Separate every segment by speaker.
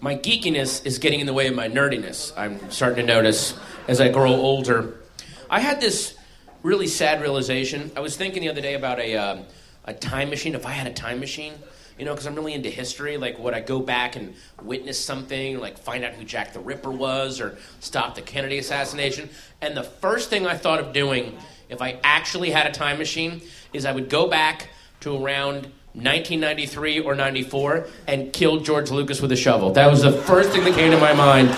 Speaker 1: my geekiness is getting in the way of my nerdiness. I'm starting to notice as I grow older. I had this really sad realization. I was thinking the other day about a um, a time machine. If I had a time machine, you know, because I'm really into history. Like, would I go back and witness something, like find out who Jack the Ripper was, or stop the Kennedy assassination? And the first thing I thought of doing, if I actually had a time machine, is I would go back to around 1993 or 94 and kill George Lucas with a shovel. That was the first thing that came to my mind.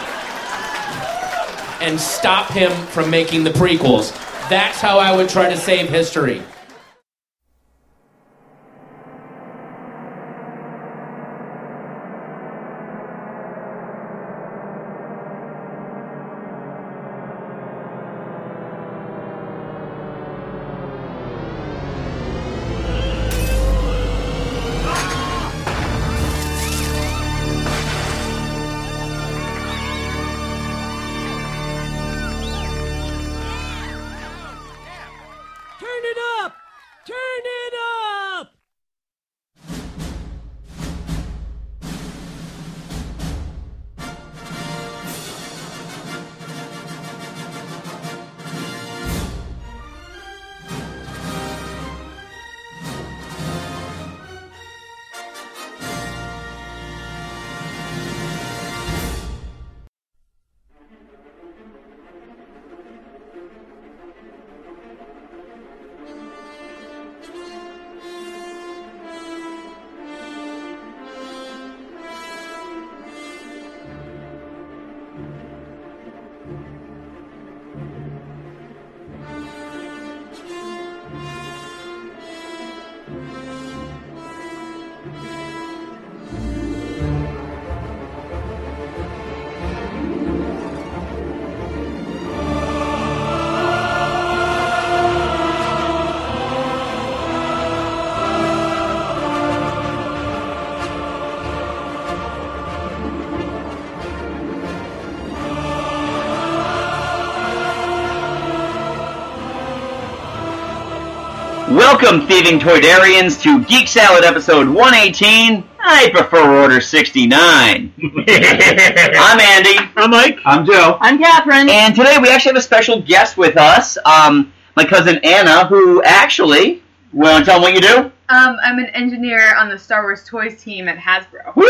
Speaker 1: And stop him from making the prequels. That's how I would try to save history.
Speaker 2: Turn it up! Turn it up!
Speaker 3: Welcome, thieving Toydarians, to Geek Salad episode 118. I prefer order 69. I'm Andy. I'm Mike. I'm Joe.
Speaker 4: I'm Catherine.
Speaker 3: And today we actually have a special guest with us, um, my cousin Anna, who actually, want to tell them what you do?
Speaker 4: Um, I'm an engineer on the Star Wars toys team at Hasbro.
Speaker 3: Woo!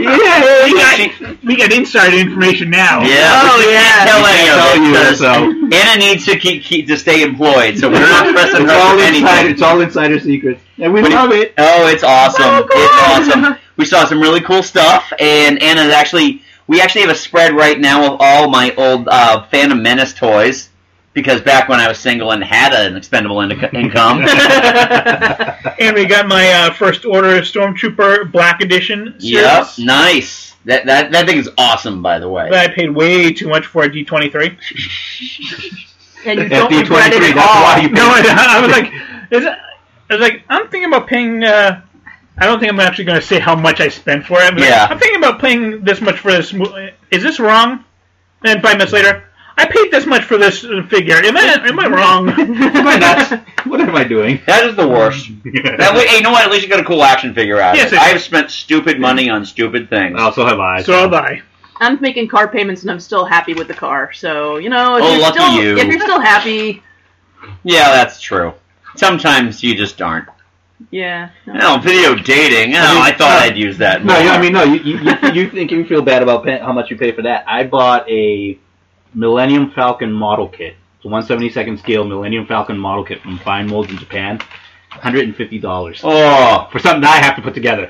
Speaker 5: Yeah, we got,
Speaker 3: She-
Speaker 5: we got inside information now.
Speaker 3: Yeah.
Speaker 5: Oh,
Speaker 3: but she
Speaker 5: yeah,
Speaker 3: Can't tell
Speaker 5: she
Speaker 3: any of
Speaker 5: can't tell
Speaker 3: it
Speaker 5: you,
Speaker 3: 'cause
Speaker 5: so.
Speaker 3: Anna needs to keep, keep to stay employed, so we're not pressing
Speaker 5: it's,
Speaker 3: her
Speaker 5: all
Speaker 3: for
Speaker 5: insider,
Speaker 3: anything.
Speaker 5: it's all insider secrets. And we
Speaker 3: What do you-
Speaker 5: love it.
Speaker 3: Oh, it's awesome!
Speaker 4: Oh, cool.
Speaker 3: It's awesome. We saw some really cool stuff, and Anna's actually. We actually have a spread right now of all my old uh, Phantom Menace toys because back when I was single and had an expendable in- income.
Speaker 5: And we got my uh, first order of Stormtrooper Black Edition
Speaker 3: yep,
Speaker 5: series
Speaker 3: nice. That, that that thing is awesome, by the way.
Speaker 5: that I paid way too much for at D23.
Speaker 4: And you
Speaker 5: Don't
Speaker 4: don't regret it
Speaker 5: regret
Speaker 4: at
Speaker 5: it
Speaker 4: all.
Speaker 3: why you
Speaker 5: No,
Speaker 3: paid-
Speaker 5: I, I was like, is it, I was like, I'm thinking about paying. Uh, I don't think I'm actually going to say how much I spent for it. But
Speaker 3: Yeah.
Speaker 5: I'm thinking about paying this much for this. mo- Is this wrong? And five minutes later, I paid this much for this uh, figure. Am I am I wrong? am I nuts?
Speaker 6: What am I doing?
Speaker 3: That is the worst. That way, hey, you know what? At least you got a cool action figure out. of
Speaker 5: Yes,
Speaker 3: it.
Speaker 5: it-
Speaker 3: I have spent stupid money on stupid things.
Speaker 6: Oh, so have I.
Speaker 5: So have I.
Speaker 7: I'm making car payments and I'm still happy with the car. So you know, if
Speaker 3: Oh,
Speaker 7: you're
Speaker 3: lucky
Speaker 7: still
Speaker 3: you.
Speaker 7: if you're still happy,
Speaker 3: Yeah, that's true. Sometimes you just aren't.
Speaker 7: yeah.
Speaker 3: Oh, video dating. Oh,
Speaker 6: I mean,
Speaker 3: I thought
Speaker 6: uh,
Speaker 3: I'd use that.
Speaker 6: No,
Speaker 3: more.
Speaker 6: you- I mean, no. You, you, you- you think you feel bad about pay, how much you pay for that? I bought a Millennium Falcon model kit. It's a 172nd scale Millennium Falcon model kit from Fine Molds in Japan. $150
Speaker 3: Oh,
Speaker 6: for something that I have to put together.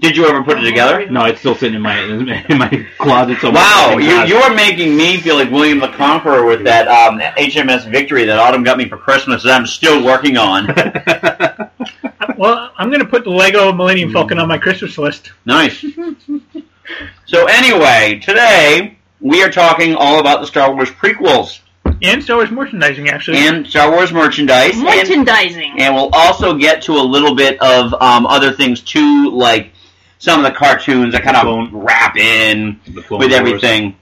Speaker 3: did you ever put it together?
Speaker 6: No, it's still sitting in my in my closet. So
Speaker 3: Wow, you, you are making me feel like William the Conqueror with that um, HMS Victory that Autumn got me for Christmas that I'm still working on.
Speaker 5: Well, I'm going to put the Lego Millennium Falcon on my Christmas list.
Speaker 3: nice. So anyway, today we are talking all about the Star Wars prequels
Speaker 5: And Star Wars merchandising, actually.
Speaker 3: and Star Wars merchandise. and-
Speaker 7: Merchandising.
Speaker 3: and we'll also get to a little bit of um, other things too, like some of the cartoons that kind of
Speaker 6: Clone-
Speaker 3: wrap in
Speaker 6: The Clone
Speaker 3: with
Speaker 6: Wars.
Speaker 3: everything.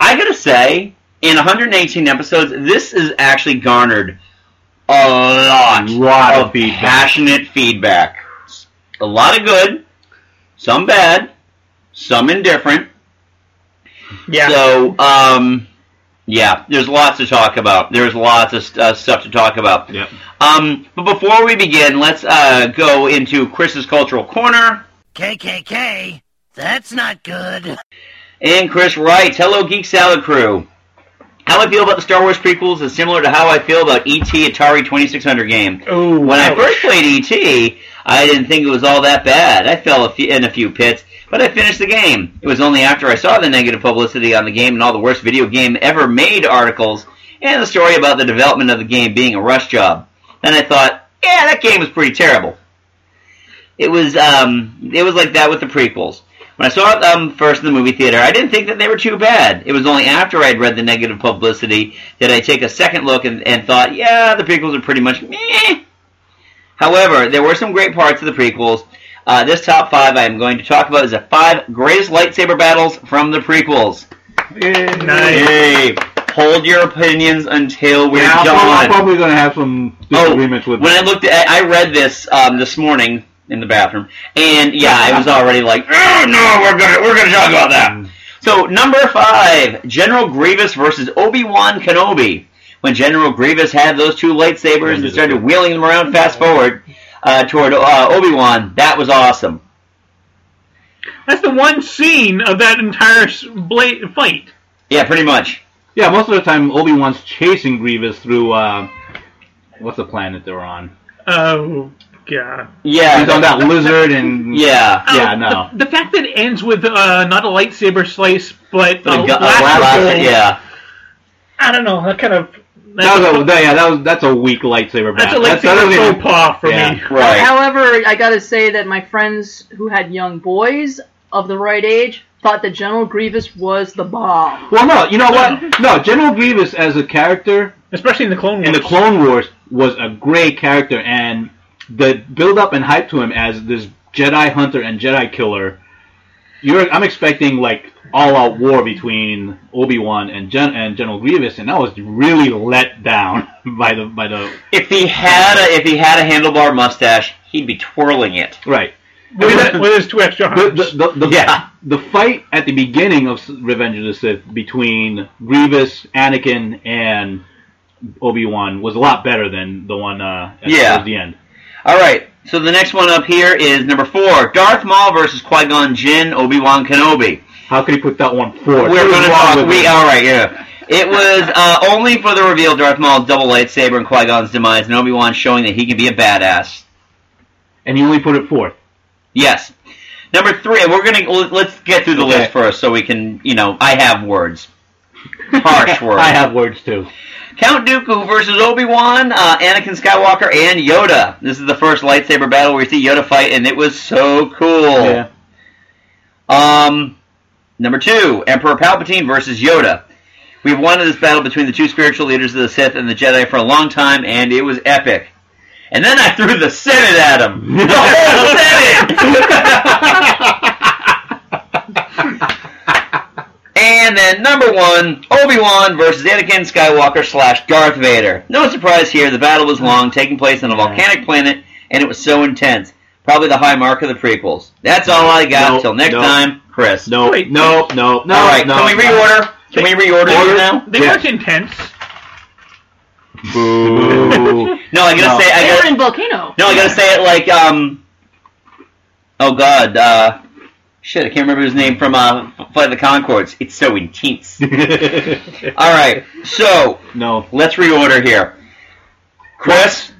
Speaker 3: I gotta say, in 118 episodes, this has actually garnered a lot,
Speaker 6: A lot of feedback.
Speaker 3: passionate feedback. A lot of good, some bad, some indifferent.
Speaker 5: Yeah.
Speaker 3: So, um, yeah, there's lots to talk about. There's lots of uh, stuff to talk about.
Speaker 6: Yep.
Speaker 3: Um, but before we begin, let's uh, go into Chris's cultural corner.
Speaker 8: KKK? That's not good.
Speaker 3: And Chris writes, "Hello, Geek Salad Crew. How I feel about the Star Wars prequels is similar to how I feel about ET Atari 2600 game.
Speaker 5: oh,
Speaker 3: When I
Speaker 5: ouch.
Speaker 3: first played ET, I didn't think it was all that bad. I fell a few, in a few pits, but I finished the game. It was only after I saw the negative publicity on the game and all the worst video game ever made articles and the story about the development of the game being a rush job. Then I thought, yeah, that game was pretty terrible. It was um, it was like that with the prequels. When I saw them first in the movie theater, I didn't think that they were too bad. It was only after I'd read the negative publicity that I take a second look and, and thought, yeah, the prequels are pretty much meh. However, there were some great parts of the prequels. Uh, this top five I am going to talk about is the five greatest lightsaber battles from the prequels.
Speaker 5: Nice.
Speaker 3: Hey, hold your opinions until we're
Speaker 6: Yeah, I'm prob- I'm
Speaker 3: done.
Speaker 6: probably going to have some disagreements with
Speaker 3: Oh, when I looked at, I read this um, this morning in the bathroom, and yeah, I was already like, oh no, we're gonna we're gonna talk about
Speaker 6: Mm.
Speaker 3: that. So number five, General Grievous versus Obi Wan Kenobi. When General Grievous had those two lightsabers and started wheeling them around, fast forward uh, toward uh, Obi Wan, that was awesome.
Speaker 5: That's the one scene of that entire s- bla- fight.
Speaker 3: Yeah, pretty much.
Speaker 6: Yeah, most of the time Obi Wan's chasing Grievous through uh, what's the planet they're on?
Speaker 5: Oh, God.
Speaker 3: Yeah,
Speaker 6: He's on that lizard and
Speaker 3: Yeah,
Speaker 6: yeah,
Speaker 5: Oh,
Speaker 6: no.
Speaker 5: The, the fact that it ends with uh, not a lightsaber slice, but,
Speaker 3: With
Speaker 5: a,
Speaker 3: a gu- a
Speaker 5: blaster
Speaker 3: blaster,
Speaker 5: bolt,
Speaker 3: yeah.
Speaker 5: I don't know. That kind of.
Speaker 6: That was a, that- yeah, that was that's a weak lightsaber
Speaker 5: that's a
Speaker 6: battle.
Speaker 5: lightsaber
Speaker 6: that doesn't even-
Speaker 5: faux pas for
Speaker 6: yeah.
Speaker 5: me.
Speaker 7: Oh,
Speaker 3: Right.
Speaker 7: However, I gotta say that my friends who had young boys of the right age thought that General Grievous was the bomb.
Speaker 6: Well, no, you know what? No, General Grievous as a character
Speaker 5: Especially in the Clone Wars.
Speaker 6: in the Clone Wars was a great character, and the build up and hype to him as this Jedi hunter and Jedi killer. You're, I'm expecting like all out war between Obi Wan and Gen- and General Grievous, and I was really let down by the by the
Speaker 3: If he had a if he had a handlebar mustache, he'd be twirling it.
Speaker 6: right.
Speaker 5: with, that- with his two extra
Speaker 6: the,
Speaker 5: arms.
Speaker 6: the, the, the,
Speaker 3: Yeah.
Speaker 6: the fight at the beginning of S- Revenge of the Sith between Grievous, Anakin, and Obi Wan was a lot better than the one uh, at
Speaker 3: Yeah.
Speaker 6: towards the end.
Speaker 3: All right. So the next one up here is number four: Darth Maul versus Qui Gon Jinn, Obi Wan Kenobi.
Speaker 6: How could he put that one forward?
Speaker 3: We're
Speaker 6: What
Speaker 3: gonna
Speaker 6: is wrong
Speaker 3: talk.
Speaker 6: with
Speaker 3: We
Speaker 6: him?
Speaker 3: all right. Yeah. It was uh, only for the reveal of Darth Maul's double lightsaber and Qui Gon's demise, and Obi Wan showing that he can be a badass.
Speaker 6: and he only put it fourth.
Speaker 3: Yes. Number three. We're gonna let's get through the
Speaker 6: Okay.
Speaker 3: list first, so we can. You know, I have words. Harsh words.
Speaker 6: I have words too.
Speaker 3: Count Dooku versus Obi Wan, uh, Anakin Skywalker, and Yoda. This is the first lightsaber battle where we see Yoda fight, and it was so cool.
Speaker 6: Yeah.
Speaker 3: Um, number two, Emperor Palpatine versus Yoda. We've wanted this battle between the two spiritual leaders of the Sith and the Jedi for a long time, and it was epic. And then I threw the Senate at him. The whole Senate. and then number one, Obi Wan versus Anakin Skywalker slash Darth Vader. No surprise here. The battle was long, taking place on a volcanic planet, and it was so intense. Probably the high mark of the prequels. That's all I got.
Speaker 6: No,
Speaker 3: Till next
Speaker 6: no.
Speaker 3: time, Chris.
Speaker 6: No,
Speaker 5: Wait.
Speaker 6: no, no, no.
Speaker 3: all right.
Speaker 6: no.
Speaker 3: can we reorder? Can we reorder these now?
Speaker 5: they
Speaker 6: yeah.
Speaker 5: weren't intense.
Speaker 6: Boo.
Speaker 3: No, I gotta
Speaker 6: No.
Speaker 3: say. I
Speaker 7: They
Speaker 3: gotta,
Speaker 7: were in Volcano.
Speaker 3: No, I gotta say it like um. Oh God, uh, shit! I can't remember his name from uh, Flight of the Concords. It's so intense. All right, so
Speaker 6: no.
Speaker 3: let's reorder here. Chris,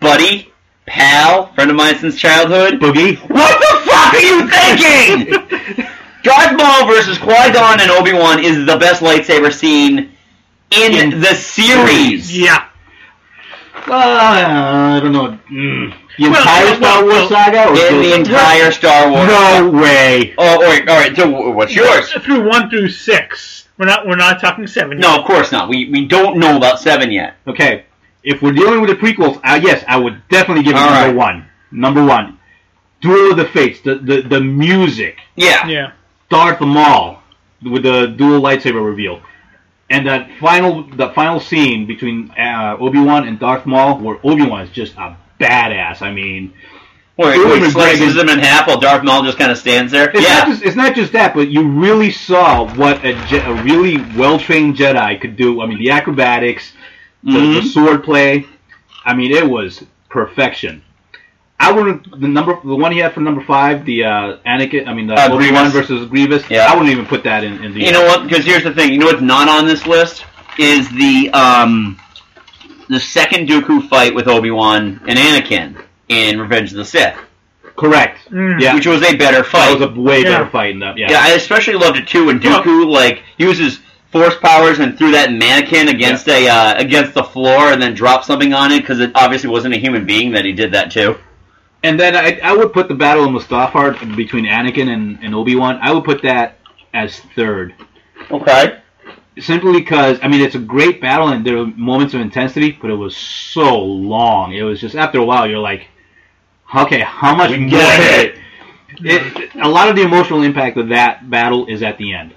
Speaker 3: buddy, pal, friend of mine since childhood.
Speaker 6: Boogie.
Speaker 3: What the fuck are you thinking? Darth Maul versus Qui Gon and Obi Wan is the best lightsaber scene in,
Speaker 6: In-
Speaker 3: the series.
Speaker 5: Yeah.
Speaker 6: Uh, I don't know. Mm. The
Speaker 5: Well,
Speaker 6: entire
Speaker 5: well,
Speaker 6: Star Wars
Speaker 5: well,
Speaker 6: saga? Or
Speaker 3: In the entire Star Wars.
Speaker 6: No way.
Speaker 3: Oh, wait, all right. So wh- what's yours?
Speaker 5: Through one through six. We're not. We're not talking seven.
Speaker 3: No, of course not. We we don't know about seven yet.
Speaker 6: Okay, if we're dealing with the prequels, uh, yes, I would definitely give it
Speaker 3: All
Speaker 6: number
Speaker 3: right.
Speaker 6: one. Number one, Duel of the Fates, the the, the music,
Speaker 3: Yeah.
Speaker 5: Yeah.
Speaker 6: Darth Maul with the dual lightsaber reveal, and that final the final scene between uh, Obi Wan and Darth Maul, where Obi Wan is just a badass. I mean,
Speaker 3: Where
Speaker 6: It would've
Speaker 3: he
Speaker 6: been
Speaker 3: slices
Speaker 6: great.
Speaker 3: him in half while Darth Maul just kind of stands there.
Speaker 6: It's, not
Speaker 3: yeah.
Speaker 6: just, it's not just that, but you really saw what a, Je- a really well trained Jedi could do. I mean, the acrobatics, the, the
Speaker 3: Mhm.
Speaker 6: sword play. I mean, it was perfection. I wouldn't the number the one he had for number five, the uh, Anakin. I mean, the
Speaker 3: Uh,
Speaker 6: Obi Wan
Speaker 3: Grievous.
Speaker 6: versus Grievous.
Speaker 3: Yeah.
Speaker 6: I wouldn't even put that in. in the
Speaker 3: You know what? Because here's the thing. You know what's not on this list is the um, the second Dooku fight with Obi Wan and Anakin in Revenge of the Sith,
Speaker 6: Correct.
Speaker 5: Mm.
Speaker 6: Yeah,
Speaker 3: which was a better
Speaker 6: that
Speaker 3: fight.
Speaker 6: was a way
Speaker 5: Yeah.
Speaker 6: better fight than that. Yeah.
Speaker 3: yeah, I especially loved it too when
Speaker 5: Yeah.
Speaker 3: Dooku like uses force powers and threw that mannequin against a uh, against the floor and then dropped something on it because it obviously wasn't a human being that he did that to.
Speaker 6: And then I, I would put the Battle of Mustafar between Anakin and, and Obi Wan. I would put that as third.
Speaker 3: Okay.
Speaker 6: simply because I mean it's a great battle and there were moments of intensity, but it was so long. It was just after a while you're like, okay, how much more?
Speaker 3: get
Speaker 6: It- a lot of the emotional impact of that battle is at the end,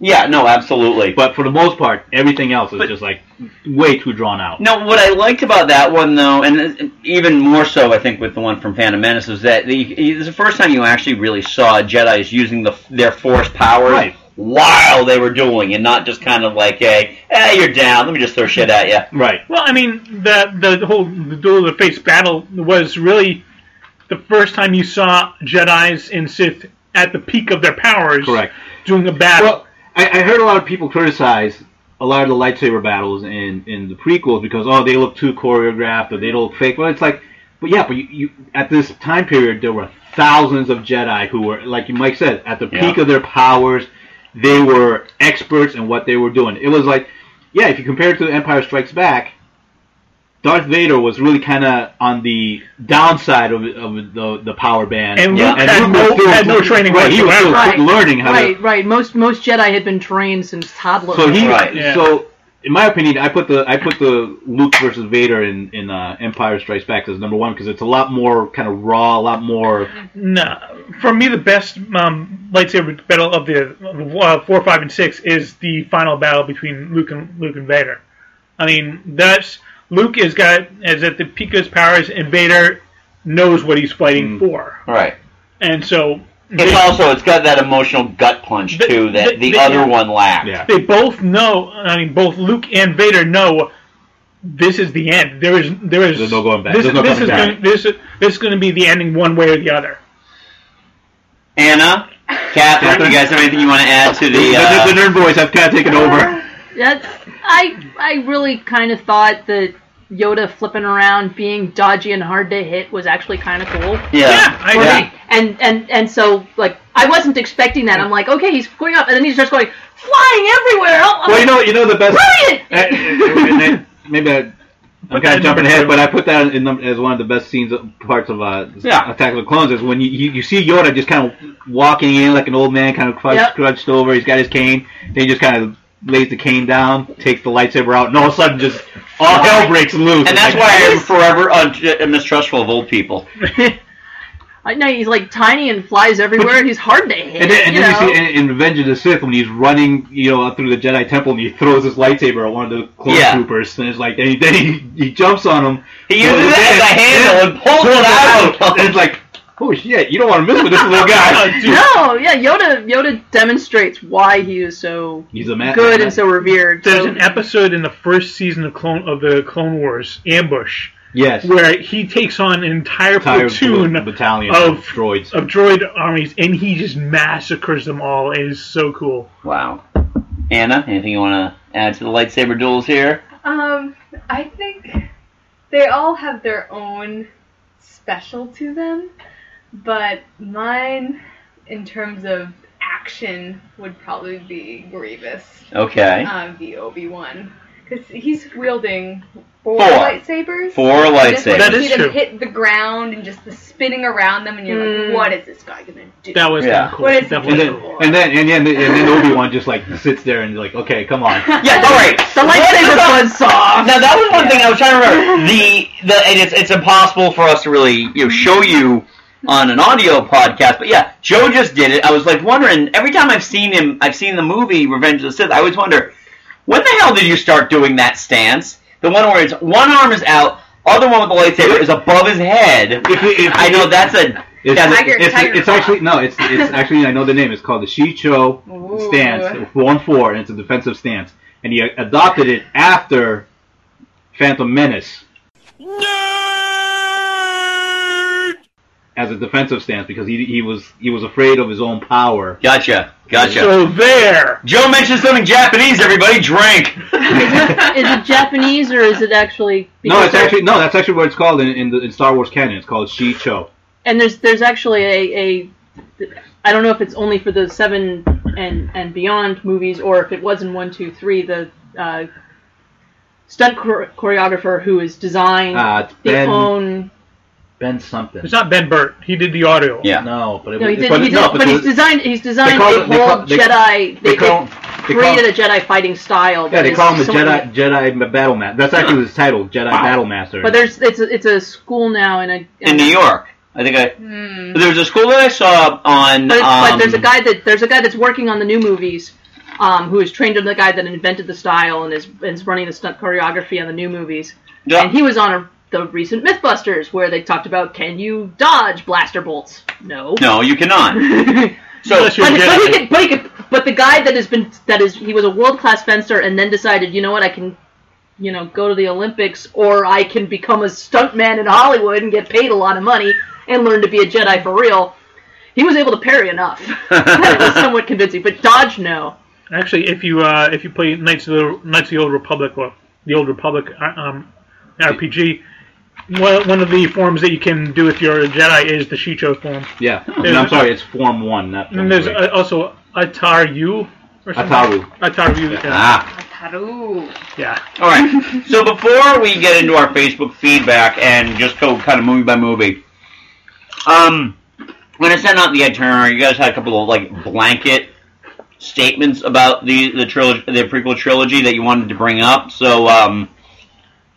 Speaker 3: Yeah. No. Absolutely.
Speaker 6: but for the most part, everything else is
Speaker 3: But-
Speaker 6: just like way too drawn out.
Speaker 3: No, what I liked about that one though, and uh, even more so, I think, with the one from Phantom Menace, is that the, it's the first time you actually really saw Jedi's using the their Force powers
Speaker 6: Right.
Speaker 3: while they were dueling, and not just kind of like a, "Hey, you're down. Let me just throw shit at you."
Speaker 6: Right.
Speaker 5: Well, I mean, the the whole Duel of the Fates battle was really the first time you saw Jedi's and Sith at the peak of their powers.
Speaker 6: Correct.
Speaker 5: Doing a battle.
Speaker 6: Well, I, I heard a lot of people criticize a lot of the lightsaber battles in, in the prequels because oh they look too choreographed or they look fake. Well, it's like, but yeah, but you, you at this time period there were thousands of Jedi who were like Mike said at the
Speaker 3: Yeah.
Speaker 6: peak of their powers. They were experts in what they were doing. It was like, yeah, if you compare it to Empire Strikes Back, Darth Vader was really kind of on the downside of, of the the power band,
Speaker 5: And
Speaker 3: Yeah.
Speaker 5: Luke had,
Speaker 6: Luke
Speaker 5: no,
Speaker 6: was still-
Speaker 5: had no training
Speaker 6: Right, he was still
Speaker 5: whatsoever.
Speaker 7: Right.
Speaker 6: learning how to
Speaker 7: right, right. Most most Jedi had been trained since toddler.
Speaker 6: so he,
Speaker 3: Right.
Speaker 5: Yeah.
Speaker 6: so in my opinion, I put the I put the Luke versus Vader in in uh, Empire Strikes Back as number one because it's a lot more kind of raw, a lot more.
Speaker 5: No, for me, the best um, lightsaber battle of the uh, four, five, and six is the final battle between Luke and Luke and Vader. I mean, that's Luke is got is at the peak of his powers, and Vader knows what he's fighting
Speaker 6: Mm.
Speaker 5: for,
Speaker 3: Right.
Speaker 5: and so
Speaker 3: It's
Speaker 5: they-
Speaker 3: also it's got that emotional gut punch
Speaker 5: The-
Speaker 3: too that
Speaker 5: the-
Speaker 3: the,
Speaker 5: the-
Speaker 3: other one lacked.
Speaker 6: Yeah.
Speaker 5: they both know. I mean, both Luke and Vader know this is the end. There is there is
Speaker 6: There's no going back.
Speaker 5: This,
Speaker 6: There's no
Speaker 5: this
Speaker 6: coming
Speaker 5: is
Speaker 6: back.
Speaker 5: Gonna, this is- this is going to be the ending one way or the other.
Speaker 3: Anna, Catherine, you guys have anything you want to add to
Speaker 6: The,
Speaker 3: the? Uh,
Speaker 6: the nerd boys have kind of taken over.
Speaker 7: That's I I really kind of thought that Yoda flipping around, being dodgy and hard to hit, was actually kind of cool.
Speaker 3: yeah.
Speaker 5: Yeah, I
Speaker 3: Yeah.
Speaker 5: agree.
Speaker 7: And and and so like I wasn't expecting that. I'm like, okay, he's going up, and then he starts going flying everywhere. Oh, I'm- I'm
Speaker 6: Well, you
Speaker 7: like,
Speaker 6: know, you know the best.
Speaker 7: Brilliant!
Speaker 6: Eh, eh, and then maybe I, I'm kind of jumping ahead, but I put that in num- as one of the best scenes of- parts of uh,
Speaker 3: Yeah.
Speaker 6: Attack of the Clones is when you, you, you see Yoda just kind of walking in like an old man, kind of crouched,
Speaker 7: Yep.
Speaker 6: crouched over. He's got his cane. Then he just kind of lays the cane down, takes the lightsaber out, and all of a sudden just all hell breaks loose.
Speaker 3: And that's
Speaker 6: Like,
Speaker 3: why I'm forever un- mistrustful of old people.
Speaker 7: I know he's like tiny and flies everywhere, and he's hard to hit.
Speaker 6: And then, and
Speaker 7: you
Speaker 6: then you,
Speaker 7: know?
Speaker 6: see in, in Revenge of the Sith when he's running, you know, up through the Jedi Temple and he throws his lightsaber at one of the clone
Speaker 3: Yeah.
Speaker 6: troopers, and it's like then he, then he, he jumps on him.
Speaker 3: He uses it as a handle and pulls it out.
Speaker 6: And it's like, oh shit, you don't want to mess with this little
Speaker 5: Oh,
Speaker 6: guy.
Speaker 5: dude.
Speaker 7: no, yeah, Yoda Yoda demonstrates why he is so
Speaker 6: He's a man.
Speaker 7: good and so revered.
Speaker 5: There's
Speaker 7: So-
Speaker 5: an episode in the first season of Clone of the Clone Wars Ambush
Speaker 6: yes,
Speaker 5: where he takes on an entire,
Speaker 6: entire
Speaker 5: platoon
Speaker 6: bl- battalion
Speaker 5: of-
Speaker 6: of, droids.
Speaker 5: of droid armies and he just massacres them all. It is so cool.
Speaker 3: Wow. Anna, anything you want to add to the lightsaber duels here?
Speaker 4: Um, I think they all have their own special to them, but mine, in terms of action, would probably be Grievous,
Speaker 3: Okay.
Speaker 4: um, the Obi Wan, because he's wielding four,
Speaker 3: Four.
Speaker 4: lightsabers.
Speaker 3: Four
Speaker 4: You just, like,
Speaker 3: lightsabers.
Speaker 5: That is
Speaker 4: see them
Speaker 5: true.
Speaker 4: Hit the ground and just the spinning around them, and you're
Speaker 7: Mm.
Speaker 3: Hmm.
Speaker 4: like, what is this guy gonna do?
Speaker 5: That was
Speaker 3: Yeah.
Speaker 5: kinda cool.
Speaker 4: What is
Speaker 5: That
Speaker 4: it?
Speaker 5: was
Speaker 6: and then,
Speaker 5: cool.
Speaker 6: and then, and then, and then Obi Wan just like sits there and like, okay, come on.
Speaker 3: Yeah, all right.
Speaker 7: the lightsaber buzzsaw.
Speaker 3: Now that was one thing I was trying to remember. The the and it's it's impossible for us to really you know show you on an audio podcast, but yeah, Joe just did it. I was like wondering every time I've seen him, I've seen the movie Revenge of the Sith. I always wonder when the hell did you start doing that stance? The one where it's one arm is out, Other one with the lightsaber is above his head.
Speaker 6: If we- if
Speaker 3: I know
Speaker 6: we-
Speaker 3: that's a
Speaker 6: It's,
Speaker 3: that's
Speaker 4: Tiger-
Speaker 6: it's,
Speaker 4: Tiger
Speaker 6: it's
Speaker 4: Claw.
Speaker 6: actually no. It's it's actually I know the name. It's called the Shicho
Speaker 4: Ooh.
Speaker 6: stance, one four, and it's a defensive stance. And he adopted it after Phantom Menace as a defensive stance because he he was he was afraid of his own power.
Speaker 3: gotcha, gotcha.
Speaker 5: So there.
Speaker 3: Joe mentioned something Japanese. Everybody drink.
Speaker 7: Is it Japanese or is it actually?
Speaker 6: No,
Speaker 7: because
Speaker 6: it's
Speaker 7: there-
Speaker 6: actually no. That's actually what it's called in in, the, in Star Wars canon. It's called Shicho.
Speaker 7: And there's there's actually a, a I don't know if it's only for the seven and and beyond movies or if it was in one two three the uh, stunt chor- choreographer who has designed
Speaker 6: Uh, it's
Speaker 7: their
Speaker 6: Ben
Speaker 7: own.
Speaker 6: Ben something.
Speaker 5: It's not Ben Burt. He did the audio.
Speaker 3: yeah.
Speaker 6: No, but it
Speaker 7: No,
Speaker 6: was.
Speaker 7: he did.
Speaker 6: but,
Speaker 7: But, he did,
Speaker 6: no,
Speaker 7: but,
Speaker 6: it
Speaker 7: he's
Speaker 6: was-
Speaker 7: designed. He's designed
Speaker 6: call
Speaker 7: a
Speaker 6: it- they
Speaker 7: whole
Speaker 6: call- they- they
Speaker 7: Jedi. They,
Speaker 6: call- they call-
Speaker 7: created a Jedi fighting style.
Speaker 6: Yeah,
Speaker 7: that
Speaker 6: they
Speaker 7: is
Speaker 6: call him the
Speaker 7: somewhat
Speaker 6: Jedi Jedi Battle Master. That's actually his title, Jedi Battle Master.
Speaker 7: But there's it's a, it's a school now in a
Speaker 3: In New York, I think I
Speaker 4: Hmm.
Speaker 3: there was a school that I saw on.
Speaker 7: But,
Speaker 3: um,
Speaker 7: but there's a guy that there's a guy that's working on the new movies, um, who is trained under the guy that invented the style and is is running the stunt choreography on the new movies.
Speaker 3: Yeah.
Speaker 7: And he was on a, the recent MythBusters where they talked about can you dodge blaster bolts? No.
Speaker 3: No, you cannot. So
Speaker 5: Unless you're
Speaker 7: But, but he
Speaker 5: Jedi.
Speaker 7: could, but he could, but the guy that has been that is he was a world class fencer and then decided you know what I can, you know go to the Olympics or I can become a stuntman in Hollywood and get paid a lot of money and learn to be a Jedi for real. He was able to parry enough. that was somewhat convincing, but dodge no.
Speaker 5: Actually, if you uh, if you play Knights of the Knights of the Old Republic or the Old Republic uh, um, RPG, one one of the forms that you can do if you're a Jedi is the Shicho form.
Speaker 6: yeah, And I'm sorry, it's Form One, not Form
Speaker 5: And there's
Speaker 6: three.
Speaker 5: uh, also Ataru. Or something.
Speaker 6: Ataru.
Speaker 5: Ataru. Yeah.
Speaker 3: ah.
Speaker 4: Ataru.
Speaker 5: yeah.
Speaker 3: All right. So before we get into our Facebook feedback and just go kind of movie by movie, um, when I sent out the itinerary, you guys had a couple of like blanket statements about the the trilogy, the prequel trilogy that you wanted to bring up. So um,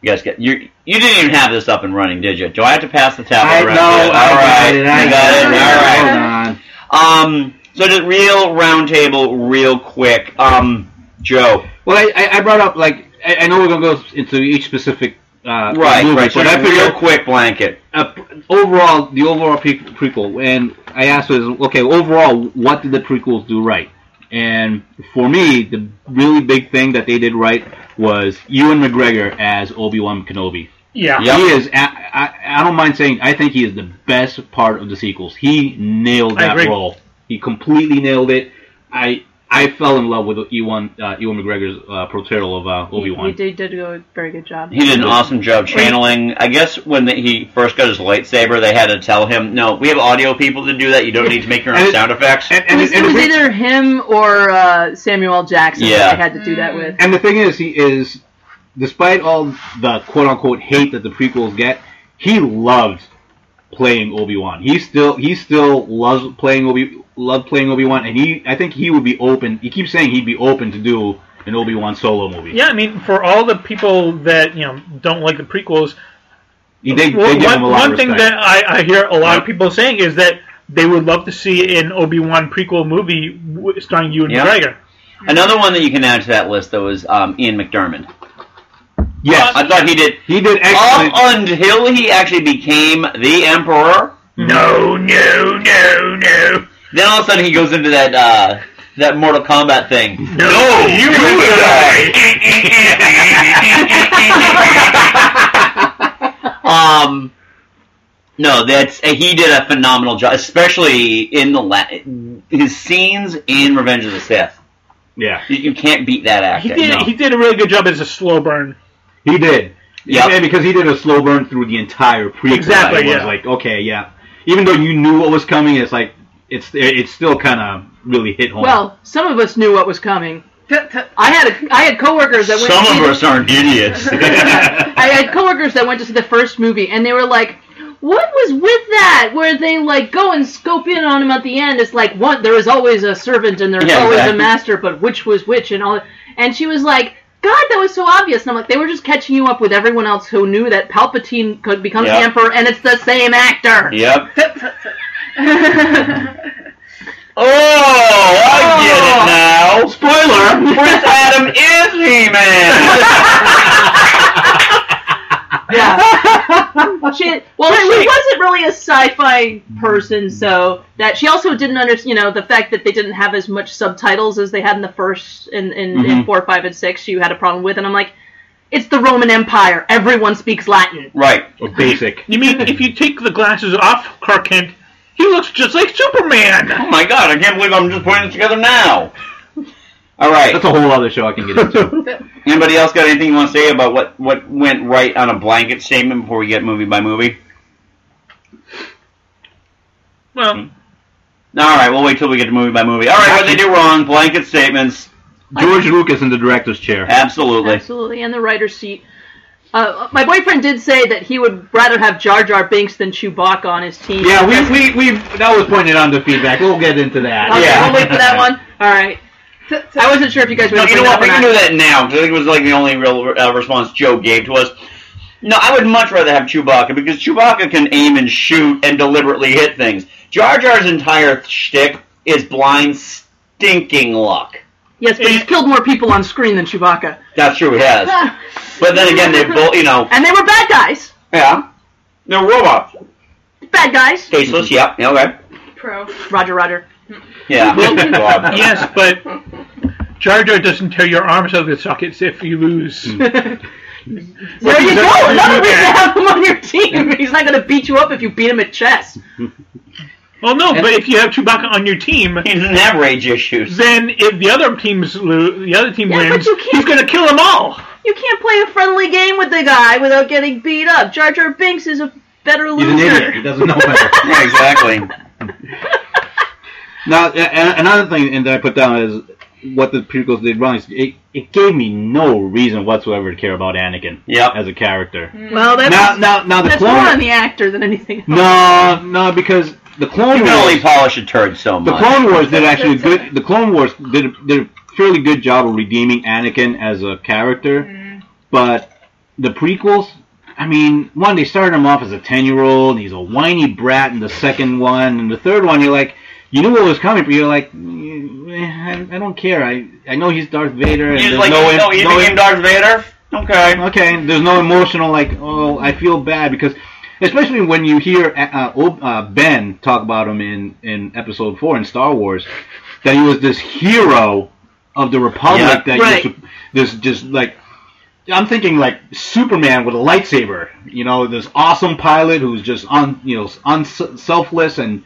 Speaker 3: you guys get you you didn't even have this up and running, did you? Do I have to pass the tablet?
Speaker 6: I know.
Speaker 3: around?
Speaker 6: I
Speaker 3: All right.
Speaker 6: got it.
Speaker 3: You
Speaker 6: I
Speaker 3: got it.
Speaker 6: got it.
Speaker 3: All right.
Speaker 6: Hold on.
Speaker 3: Um, so just real roundtable, real quick. Um, Joe.
Speaker 6: Well, I- I, I brought up like I, I know we're gonna go into each specific uh,
Speaker 3: Right,
Speaker 6: movie,
Speaker 3: right. So
Speaker 6: but I
Speaker 3: that's a real
Speaker 6: figured
Speaker 3: quick blanket.
Speaker 6: uh, overall the overall pre- prequel, and I asked was okay overall what did the prequels do right? And for me, the really big thing that they did right was Ewan McGregor as Obi Wan Kenobi.
Speaker 5: Yeah.
Speaker 3: Yep.
Speaker 6: He is. I, I, I don't mind saying. I think he is the best part of the sequels. He nailed
Speaker 5: I
Speaker 6: that
Speaker 5: agree.
Speaker 6: role. He completely nailed it. I I fell in love with Ewan uh, Ewan McGregor's uh, portrayal of uh, Obi
Speaker 7: He,
Speaker 6: Wan.
Speaker 7: did, did do a very good job.
Speaker 3: He did an awesome job channeling. I guess when the, he first got his lightsaber, they had to tell him, "No, we have audio people to do that. You don't need to make your
Speaker 6: And
Speaker 3: own
Speaker 6: it-
Speaker 3: sound effects."
Speaker 6: And,
Speaker 7: It
Speaker 6: and,
Speaker 7: was,
Speaker 6: and,
Speaker 7: it was
Speaker 6: the, thing-
Speaker 7: either him or uh, Samuel L. Jackson
Speaker 3: Yeah.
Speaker 7: that they had to do that with.
Speaker 6: and the thing is, he is despite all the quote unquote hate that the prequels get, he loved playing Obi Wan. He still he still loves playing Obi loved playing Obi Wan, and he I think he would be open. He keeps saying he'd be open to do an Obi Wan solo movie.
Speaker 5: Yeah, I mean, for all the people that you know don't like the prequels,
Speaker 6: He- They, they
Speaker 5: Well,
Speaker 6: give
Speaker 5: one,
Speaker 6: him a lot
Speaker 5: one
Speaker 6: of
Speaker 5: thing
Speaker 6: respect.
Speaker 5: that I, I hear a lot of people saying is that they would love to see an Obi Wan prequel movie w- starring you and
Speaker 3: Yeah.
Speaker 5: McGregor.
Speaker 3: Another one that you can add to that list though is um, Ian McDermott.
Speaker 6: yes,
Speaker 3: I thought he did
Speaker 6: he did
Speaker 3: up
Speaker 6: excellent.
Speaker 3: until he actually became the emperor. No, no, no, no. Then all of a sudden he goes into that uh, that Mortal Kombat thing. No, you, and I. um. No, that's uh, he did a phenomenal job, especially in the la- his scenes in Revenge of the Sith.
Speaker 6: yeah,
Speaker 3: You, you can't beat that
Speaker 5: He
Speaker 3: acting.
Speaker 5: did
Speaker 3: no.
Speaker 5: he did a really good job as a slow burn.
Speaker 6: he did.
Speaker 3: Yep.
Speaker 6: Yeah, because he did a slow burn through the entire prequel.
Speaker 5: Exactly,
Speaker 6: It was
Speaker 5: yeah.
Speaker 6: like okay, yeah. Even though you knew what was coming, it's like it's it's still kind of really hit home.
Speaker 7: Well, some of us knew what was coming. I had a, I had coworkers that went. to see
Speaker 3: Some
Speaker 7: the-
Speaker 3: of us aren't idiots.
Speaker 7: I had coworkers that went to see the first movie, and they were like, "What was with that? Where they like go and scope in on him at the end? It's like one, there is always a servant and there's
Speaker 3: Yeah,
Speaker 7: always
Speaker 3: exactly.
Speaker 7: a master, but which was which and all." that. And she was like. God, that was so obvious. And I'm like, they were just catching you up with everyone else who knew that Palpatine could become
Speaker 3: Yeah.
Speaker 7: the Emperor, and it's the same actor.
Speaker 3: Yep. oh, I
Speaker 7: Oh.
Speaker 3: get it now. Spoiler: Prince Adam is He-Man.
Speaker 7: Yeah. shit. Well,
Speaker 5: Wait,
Speaker 7: she
Speaker 5: wait.
Speaker 7: wasn't really a sci-fi
Speaker 3: Mm-hmm.
Speaker 7: person, so that she also didn't understand. You know, the fact that they didn't have as much subtitles as they had in the first in in,
Speaker 3: Mm-hmm.
Speaker 7: in four, five, and six, she had a problem with, and I'm like, it's the Roman Empire. Everyone speaks Latin.
Speaker 3: Right.
Speaker 6: Or Oh, basic.
Speaker 5: You mean if you take the glasses off Clark Kent, he looks just like Superman?
Speaker 3: Oh my god, I can't believe I'm just putting it together now. All right.
Speaker 6: That's a whole other show I can get into.
Speaker 3: Anybody else got anything you want to say about what, what went right on a blanket statement before we get movie by movie?
Speaker 5: Well,
Speaker 3: All right, we'll wait till we get to movie by movie. All right, what they do wrong, blanket statements.
Speaker 6: George Lucas in the director's chair.
Speaker 5: Uh,
Speaker 3: Absolutely.
Speaker 7: Absolutely, and the writer's seat. Uh, my boyfriend did say that he would rather have Jar Jar Binks than Chewbacca on his team.
Speaker 6: Yeah, we, we, we that was pointed on the feedback. We'll get into that.
Speaker 7: Okay,
Speaker 3: Yeah.
Speaker 7: we'll wait for that one. All right.
Speaker 4: So, so
Speaker 7: I wasn't sure if you guys were
Speaker 3: No,
Speaker 7: going to
Speaker 3: you know
Speaker 7: bring
Speaker 3: what? We
Speaker 7: that
Speaker 3: can
Speaker 7: one
Speaker 3: do
Speaker 7: up.
Speaker 3: that now because I think it was like the only real uh, response Joe gave to us. No, I would much rather have Chewbacca because Chewbacca can aim and shoot and deliberately hit things. Jar Jar's entire shtick is blind stinking luck.
Speaker 7: Yes, but he's killed more people on screen than Chewbacca.
Speaker 3: That's true, he has. But then again, they both, you know,
Speaker 7: And they were bad guys.
Speaker 3: yeah, they're robots,
Speaker 7: Bad guys.
Speaker 3: faceless. Yep, yeah, okay,
Speaker 4: pro.
Speaker 7: Roger, Roger.
Speaker 3: yeah. God.
Speaker 5: yes, but Jar Jar doesn't tear your arms out of the sockets if you lose.
Speaker 7: Hmm. There you go.
Speaker 5: exactly.
Speaker 7: Another reason to have him on your team. He's not going to beat you up if you beat him at chess.
Speaker 5: Well, no, but if you have Chewbacca on your team,
Speaker 3: He doesn't have rage issues.
Speaker 5: then if the other team's lo- the other team
Speaker 7: Yeah, but
Speaker 5: wins,
Speaker 7: you can't-
Speaker 5: he's gonna kill them all.
Speaker 7: You can't play a friendly game with the guy without getting beat up. Jar Jar Binks is a better
Speaker 6: He's an
Speaker 7: loser.
Speaker 6: idiot. He doesn't know better.
Speaker 3: Yeah, exactly.
Speaker 6: Now, a- a- another thing and that I put down is what the prequels did wrong. Is it, it gave me no reason whatsoever to care about Anakin
Speaker 3: Yep.
Speaker 6: as a character.
Speaker 7: Well, that's,
Speaker 6: Now, now, now the
Speaker 7: that's more on
Speaker 6: clone.
Speaker 7: the actor than anything else.
Speaker 6: No, no, because the Clone
Speaker 3: You can only
Speaker 6: Wars,
Speaker 3: polish a turd so
Speaker 6: the
Speaker 3: much.
Speaker 6: Clone Wars did actually a good. The Clone Wars did a, did a fairly good job of redeeming Anakin as a character,
Speaker 3: Mm-hmm.
Speaker 6: but the prequels. I mean, one they started him off as a ten-year-old. He's a whiny brat in the second one, and the third one, you're like, you knew what was coming, but you're like, "Eh, I, I don't care. I I know he's Darth Vader, and
Speaker 3: He's
Speaker 6: there's
Speaker 3: like,
Speaker 6: no, em-
Speaker 3: no, you
Speaker 6: no em-
Speaker 3: became Darth Vader? Okay.
Speaker 6: Okay, and there's no emotional like, oh, I feel bad because, especially when you hear uh, Ob- uh, Ben talk about him in in Episode Four in Star Wars, that he was this hero of the Republic
Speaker 3: Yeah.
Speaker 6: that
Speaker 7: Right.
Speaker 6: used to, this just like. I'm thinking like Superman with a lightsaber, you know, this awesome pilot who's just un, you know, un- selfless and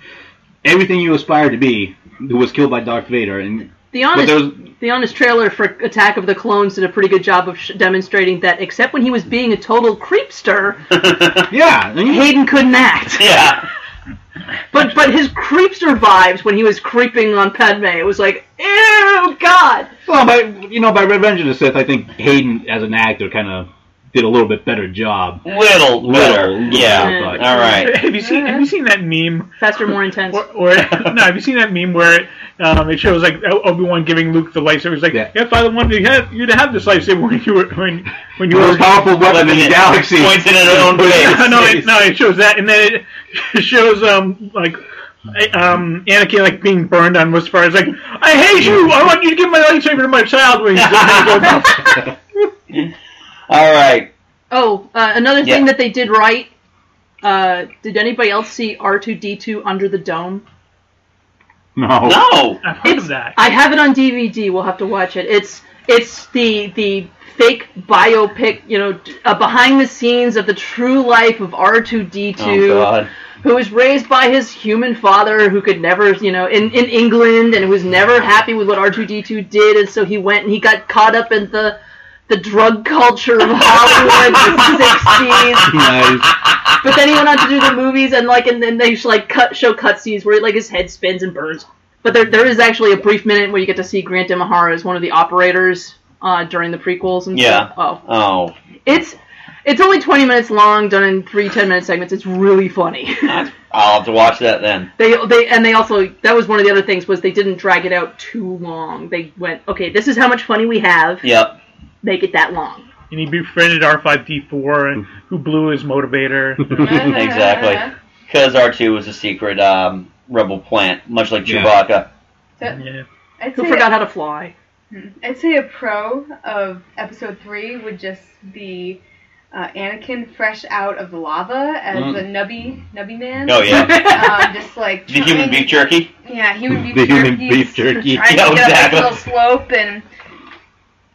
Speaker 6: everything you aspire to be, who was killed by Darth Vader, and
Speaker 7: The
Speaker 6: but
Speaker 7: honest,
Speaker 6: there's
Speaker 7: the honest trailer for Attack of the Clones did a pretty good job of sh- demonstrating that, except when he was being a total creepster,
Speaker 6: yeah, and you hate
Speaker 7: Hayden couldn't act.
Speaker 3: Yeah.
Speaker 7: But but his creepster vibes when he was creeping on Padme, it was like, ew, God.
Speaker 6: Well, by you know, by Revenge of the Sith, I think Hayden as an actor kind of did a little bit better job.
Speaker 3: Little better.
Speaker 6: Little,
Speaker 3: Yeah.
Speaker 6: little, but-
Speaker 3: All right.
Speaker 5: Have you seen Have you seen that meme?
Speaker 7: Faster, more intense.
Speaker 5: Or, or no, have you seen that meme where um, it shows like Obi Wan giving Luke the lightsaber? He's like,
Speaker 6: Yeah.
Speaker 5: if I wanted to have, you to have this lightsaber when you were when when you
Speaker 6: The
Speaker 5: were
Speaker 6: most powerful weapon in the
Speaker 3: It
Speaker 6: galaxy.
Speaker 3: Points it at his own
Speaker 5: no,
Speaker 3: face.
Speaker 5: no, it, no, it shows that, and then it shows um like um Anakin like being burned on Mustafar. It's like, I hate you. I want you to give my lightsaber to my child. Where he's like,
Speaker 3: All right.
Speaker 7: Oh, uh, another
Speaker 3: Yeah.
Speaker 7: thing that they did right. Uh, did anybody else see R two D two under the dome?
Speaker 6: No.
Speaker 3: No.
Speaker 5: I've heard of that.
Speaker 7: I have it on DVD. We'll have to watch it. It's it's the the fake biopic, you know, d- uh, behind the scenes of the true life of R two D
Speaker 3: Oh,
Speaker 7: two.
Speaker 3: God.
Speaker 7: who was raised by his human father who could never, you know, in, in England and who was never happy with what R2D2 did and so he went and he got caught up in the the drug culture of Hollywood in the 60s.
Speaker 6: Nice.
Speaker 7: But then he went on to do the movies and like and then they sh- like cut show cutscenes where like his head spins and burns. But there there is actually a brief minute where you get to see Grant Imahara as one of the operators uh, during the prequels and
Speaker 3: Yeah.
Speaker 7: stuff. Oh,
Speaker 3: Oh,
Speaker 7: it's it's only 20 minutes long, done in three 10 minute segments. It's really funny.
Speaker 3: I'll have to watch that then.
Speaker 7: They they and they also that was one of the other things was they didn't drag it out too long. They went okay, this is how much money we have.
Speaker 3: Yep.
Speaker 7: Make it that long.
Speaker 5: and he befriended R5D4, and who blew his motivator.
Speaker 3: Exactly. Because R2 was a secret um, rebel plant, much like
Speaker 6: Yeah.
Speaker 3: Chewbacca.
Speaker 5: yeah.
Speaker 4: I'd
Speaker 7: Who
Speaker 4: say, hmm,
Speaker 7: forgot how to fly?
Speaker 4: I'd say a pro of episode three would just be uh, Anakin fresh out of the lava as a nubby nubby man.
Speaker 3: Mm. Oh yeah,
Speaker 4: um, just like
Speaker 3: the human
Speaker 4: trying-
Speaker 3: beef jerky.
Speaker 4: Yeah, human beef.
Speaker 6: The human
Speaker 4: jerky.
Speaker 6: beef jerky.
Speaker 4: Trying
Speaker 3: Yeah,
Speaker 4: to get up
Speaker 3: exactly.
Speaker 4: this little slope and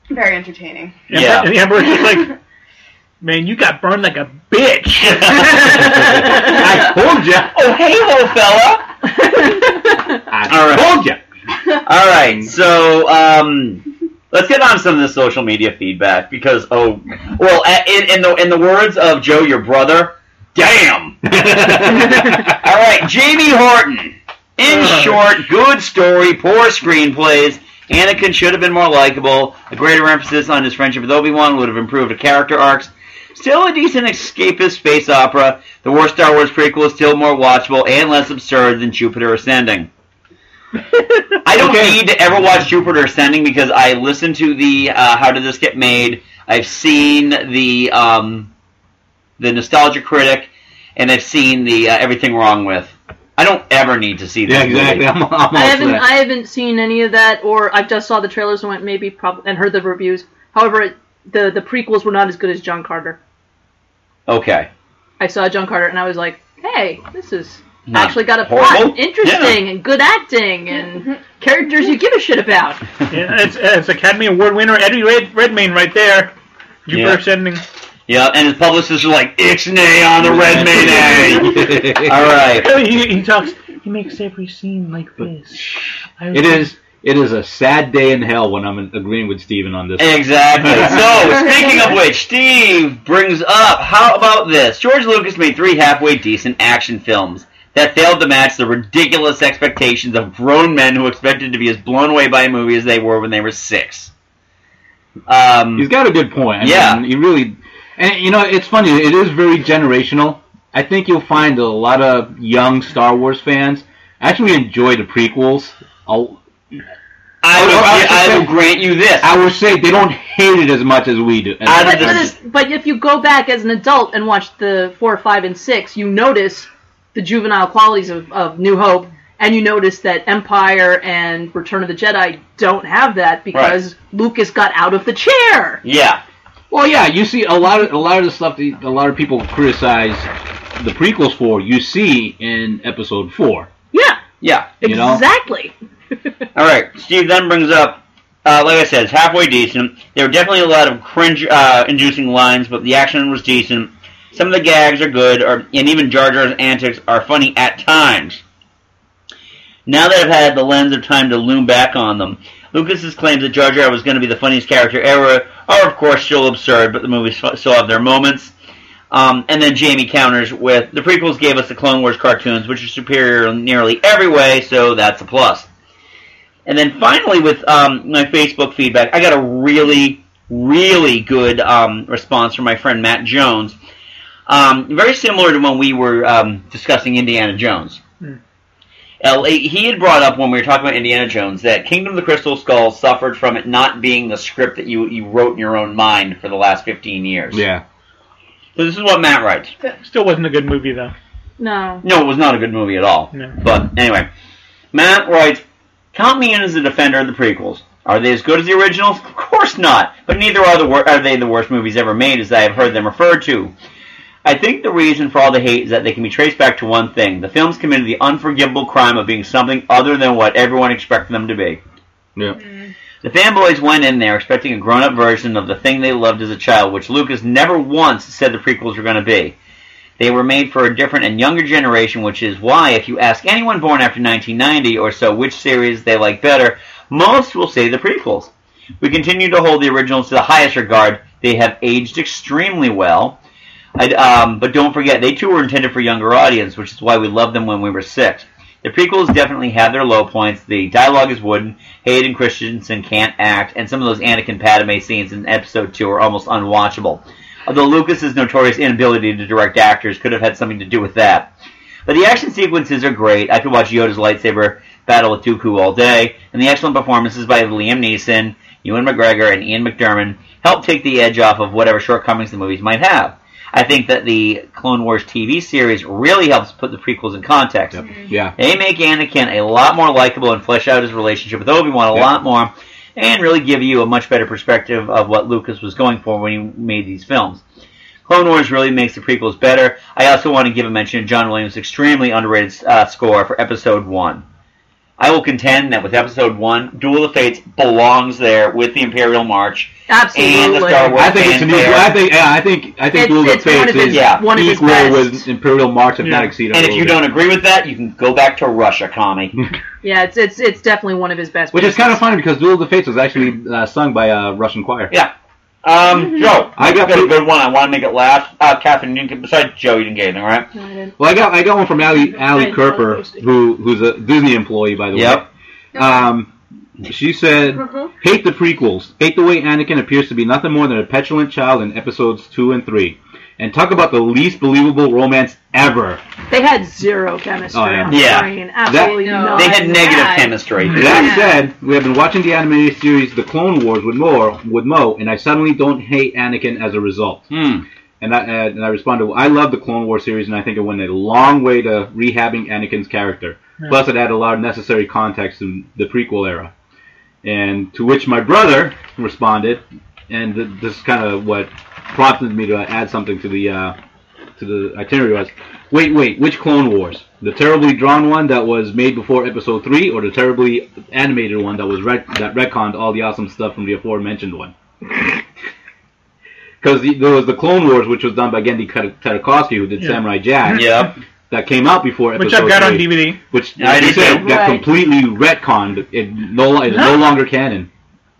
Speaker 4: very entertaining.
Speaker 3: Yeah.
Speaker 5: And the Emperor's just like, man, you got burned like a bitch.
Speaker 6: I told you.
Speaker 3: Oh hey, little fella.
Speaker 6: I
Speaker 3: All right.
Speaker 6: told you.
Speaker 3: All right, so um, let's get on some of the social media feedback because oh, well, a- in, in the in the words of Joe, your brother, damn. All right, Jamie Horton. In short, good story, poor screenplays. Anakin should have been more likable. A greater emphasis on his friendship with Obi Wan would have improved the character arcs. Still a decent escapist space opera. The war Star Wars prequel is still more watchable and less absurd than Jupiter Ascending. I don't need to ever watch Jupiter Ascending because I listened to the uh, How Did This Get Made. I've seen the um, the Nostalgia Critic, and I've seen the uh, Everything Wrong with. I don't ever need to see
Speaker 6: Yeah,
Speaker 3: that. movie.
Speaker 6: exactly. I'm, I'm all for
Speaker 7: I haven't
Speaker 6: that.
Speaker 7: I haven't seen any of that, or I just saw the trailers and went maybe prob- and heard the reviews. However, it, the the prequels were not as good as John Carter.
Speaker 3: Okay.
Speaker 7: I saw John Carter and I was like, hey, this is
Speaker 3: Not
Speaker 7: actually got a
Speaker 3: horrible.
Speaker 7: plot, interesting, and good acting, and characters you give a shit about.
Speaker 5: yeah, it's, it's Academy Award winner Eddie Red, Redmayne right there. You
Speaker 3: Yeah.
Speaker 5: yeah. sending.
Speaker 3: Yeah, and his publishers are like, Ixnay on the Red Mayday! All right.
Speaker 5: He, he talks. He makes every scene like this.
Speaker 6: It is. It is a sad day in hell when I'm agreeing with Steven on this.
Speaker 3: Exactly. So, speaking of which, Steve brings up how about this? George Lucas made three halfway decent action films that failed to match the ridiculous expectations of grown men who expected to be as blown away by a movie as they were when they were six. Um,
Speaker 6: He's got a good point. I
Speaker 3: Yeah.
Speaker 6: mean, he really. And you know, it's funny. It is very generational. I think you'll find a lot of young Star Wars fans actually enjoy the prequels. I'll,
Speaker 3: I, will,
Speaker 6: I was just
Speaker 3: I will
Speaker 6: saying-
Speaker 3: grant you this.
Speaker 6: I would say they don't hate it as much as we do.
Speaker 3: I
Speaker 7: But,
Speaker 3: don't-
Speaker 7: but, it's- but if you go back as an adult and watch the four, five, and six, you notice the juvenile qualities of, of New Hope, and you notice that Empire and Return of the Jedi don't have that because Lucas got out of the chair.
Speaker 3: yeah.
Speaker 6: Well, yeah, you see a lot of a lot of the stuff that a lot of people criticize the prequels for. You see in Episode Four.
Speaker 7: Yeah,
Speaker 3: Yeah.
Speaker 6: You know?
Speaker 7: exactly.
Speaker 3: All right. Steve then brings up, uh, like I said, it's halfway decent. There were definitely a lot of cringe-inducing lines, but the action was decent. Some of the gags are good, or and even Jar Jar's antics are funny at times. Now that I've had the lens of time to loom back on them, Lucas's claims that Jar Jar was going to be the funniest character ever are, of course, still absurd, but the movies fu- still have their moments. Um, and then Jamie counters with, the prequels gave us the Clone Wars cartoons, which are superior in nearly every way, so that's a plus. And then finally, with um, my Facebook feedback, I got a really, really good um, response from my friend Matt Jones. Um, very similar to when we were um, discussing Indiana Jones. L- he had brought up when we were talking about Indiana Jones that Kingdom of the Crystal Skull suffered from it not being the script that you, you wrote in your own mind for the last 15 years.
Speaker 6: Yeah,
Speaker 3: So this is what Matt writes.
Speaker 5: Still wasn't a good movie though.
Speaker 7: No.
Speaker 3: No, it was not a good movie at all.
Speaker 5: No.
Speaker 3: But anyway, Matt writes, "Count me in as a defender of the prequels. Are they as good as the originals? Of course not. But neither are the wor- are they the worst movies ever made, as I have heard them referred to. I think the reason for all the hate is that they can be traced back to one thing: the films committed the unforgivable crime of being something other than what everyone expected them to be."
Speaker 6: yeah.
Speaker 3: The fanboys went in there expecting a grown up version of the thing they loved as a child, which Lucas never once said the prequels were going to be. They were made for a different and younger generation, which is why, if you ask anyone born after 1990 or so which series they like better, most will say the prequels. We continue to hold the originals to the highest regard. They have aged extremely well. I, um, but don't forget, they too were intended for younger audience, which is why we loved them when we were six. The prequels definitely have their low points. The dialogue is wooden. Hayden Christensen can't act, and some of those Anakin Padme scenes in Episode Two are almost unwatchable. Although Lucas's notorious inability to direct actors could have had something to do with that. But the action sequences are great. I could watch Yoda's lightsaber battle with Dooku all day, and the excellent performances by Liam Neeson, Ewan McGregor, and Ian McDermott help take the edge off of whatever shortcomings the movies might have. I think that the Clone Wars TV series really helps put the prequels in context.
Speaker 6: Mm-hmm. yeah.
Speaker 3: They make Anakin a lot more likable and flesh out his relationship with Obi Wan a lot more, and really give you a much better perspective of what Lucas was going for when he made these films. Clone Wars really makes the prequels better. I also want to give a mention to John Williams' extremely underrated uh, score for Episode 1. I will contend that with Episode 1, Duel of the Fates belongs there with the Imperial March and the
Speaker 7: Absolutely.
Speaker 3: Star Wars
Speaker 6: I think it's a new.
Speaker 3: fanfare.
Speaker 6: I think. Yeah, I think. I think
Speaker 7: It's-
Speaker 6: Duel of
Speaker 7: it's one
Speaker 6: Fates
Speaker 7: of his-
Speaker 6: is
Speaker 3: yeah,
Speaker 7: one of his
Speaker 6: equal
Speaker 7: best.
Speaker 6: with Imperial March, if
Speaker 5: Yeah.
Speaker 6: not exceed.
Speaker 3: And if you don't agree with that, you can go back to Russia, commie.
Speaker 7: Yeah, it's it's it's definitely one of his best.
Speaker 6: which is
Speaker 7: pieces.
Speaker 6: kind of funny because Duel of the Fates was actually uh, sung by a Russian choir.
Speaker 3: Yeah.
Speaker 7: Mm-hmm.
Speaker 3: Um, Joe,
Speaker 6: I
Speaker 3: I
Speaker 6: got
Speaker 3: got a
Speaker 6: the-
Speaker 3: good one. I want to make it last. Uh, Catherine, you didn't get, besides Joe, you didn't get anything, right?
Speaker 7: No, I didn't.
Speaker 6: Well, I got I got one from Ali Ali
Speaker 7: Right,
Speaker 6: Kerper,
Speaker 7: posting.
Speaker 6: who who's a Disney employee, by the
Speaker 3: Yep.
Speaker 6: way.
Speaker 3: uh,
Speaker 6: Um, she said, "Hate the prequels. Hate the way Anakin appears to be nothing more than a petulant child in episodes two and three, and talk about the least believable romance ever.
Speaker 7: They had zero chemistry
Speaker 6: Oh, yeah.
Speaker 7: on
Speaker 3: Yeah.
Speaker 7: screen. Absolutely
Speaker 4: No.
Speaker 7: none.
Speaker 3: They had negative
Speaker 4: that.
Speaker 3: chemistry.
Speaker 6: That said, we have been watching the animated series The Clone Wars with Mo, with Mo, and I suddenly don't hate Anakin as a result.
Speaker 3: Hmm.
Speaker 6: And I uh, and I responded, "Well, I love the Clone Wars series, and I think it went a long way to rehabbing Anakin's character. Plus, it added a lot of necessary context in the prequel era." And to which my brother responded, and th- this is kind of what prompted me to add something to the uh, to the itinerary was, "Wait, wait, which Clone Wars? The terribly drawn one that was made before Episode three, or the terribly animated one that was rec- that retconned all the awesome stuff from the aforementioned one?" Because the, there was the Clone Wars, which was done by Gendy Tar- Tartakovsky, who did
Speaker 5: Yeah.
Speaker 6: Samurai Jack,
Speaker 3: Yep.
Speaker 6: that came out before
Speaker 5: Which
Speaker 6: episode
Speaker 5: I've got on
Speaker 6: three,
Speaker 5: DVD.
Speaker 6: Which,
Speaker 3: Yeah, I
Speaker 6: like you
Speaker 3: did
Speaker 6: said,
Speaker 3: too.
Speaker 6: got
Speaker 7: Right.
Speaker 6: completely retconned. It no, lo- it's no
Speaker 5: No.
Speaker 6: longer canon.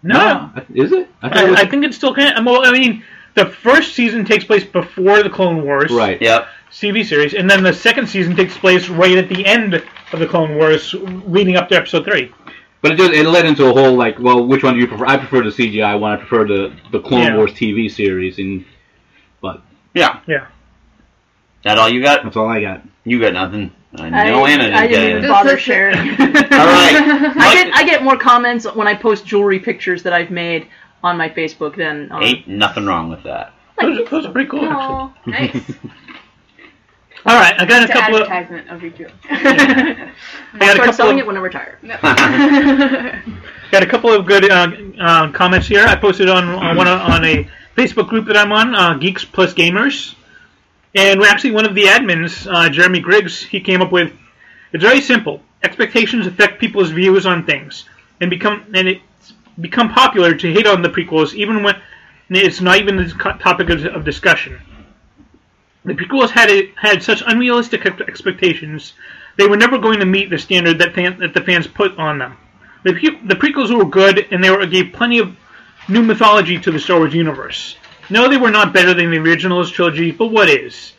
Speaker 5: No,
Speaker 6: Is it? I thought it
Speaker 5: I,
Speaker 6: was-
Speaker 5: I think it's still kind of. Well, I mean, the first season takes place before the Clone Wars
Speaker 6: right.
Speaker 3: Yep.
Speaker 5: TV series, and then the second season takes place right at the end of the Clone Wars, leading up to Episode Three.
Speaker 6: But it just it led into a whole like, well, which one do you prefer? I prefer the CGI one. I prefer the the Clone
Speaker 5: Yeah.
Speaker 6: Wars TV series, and but
Speaker 3: Yeah.
Speaker 5: Yeah.
Speaker 3: That all you got?
Speaker 6: that's all I got.
Speaker 3: You got nothing. I
Speaker 7: I,
Speaker 3: know Anna
Speaker 7: I
Speaker 3: didn't get
Speaker 7: didn't even
Speaker 3: anything.
Speaker 7: bother
Speaker 4: This is-
Speaker 7: sharing.
Speaker 3: All right.
Speaker 7: I get I get more comments when I post jewelry pictures that I've made on my Facebook than on.
Speaker 3: Ain't nothing wrong with that.
Speaker 5: Those, are- those are pretty cool, actually.
Speaker 4: Aw, nice.
Speaker 5: All right, I got a
Speaker 4: It's an
Speaker 5: couple of.
Speaker 4: advertisement of your jewel.
Speaker 5: I got a
Speaker 7: Start
Speaker 5: couple of
Speaker 7: selling it when I retire.
Speaker 4: No.
Speaker 5: Got a couple of good uh, uh, comments here. I posted on on, one, on a Facebook group that I'm on, uh, Geeks Plus Gamers, and we actually one of the admins, uh, Jeremy Griggs, he came up with it's very simple. Expectations affect people's views on things, and become and it's become popular to hate on the prequels, even when it's not even the co- topic of, of discussion. The prequels had a, had such unrealistic ex- expectations; they were never going to meet the standard that fan, that the fans put on them. The, pre- the prequels were good, and they were, gave plenty of new mythology to the Star Wars universe. No, they were not better than the originals trilogy, but what is?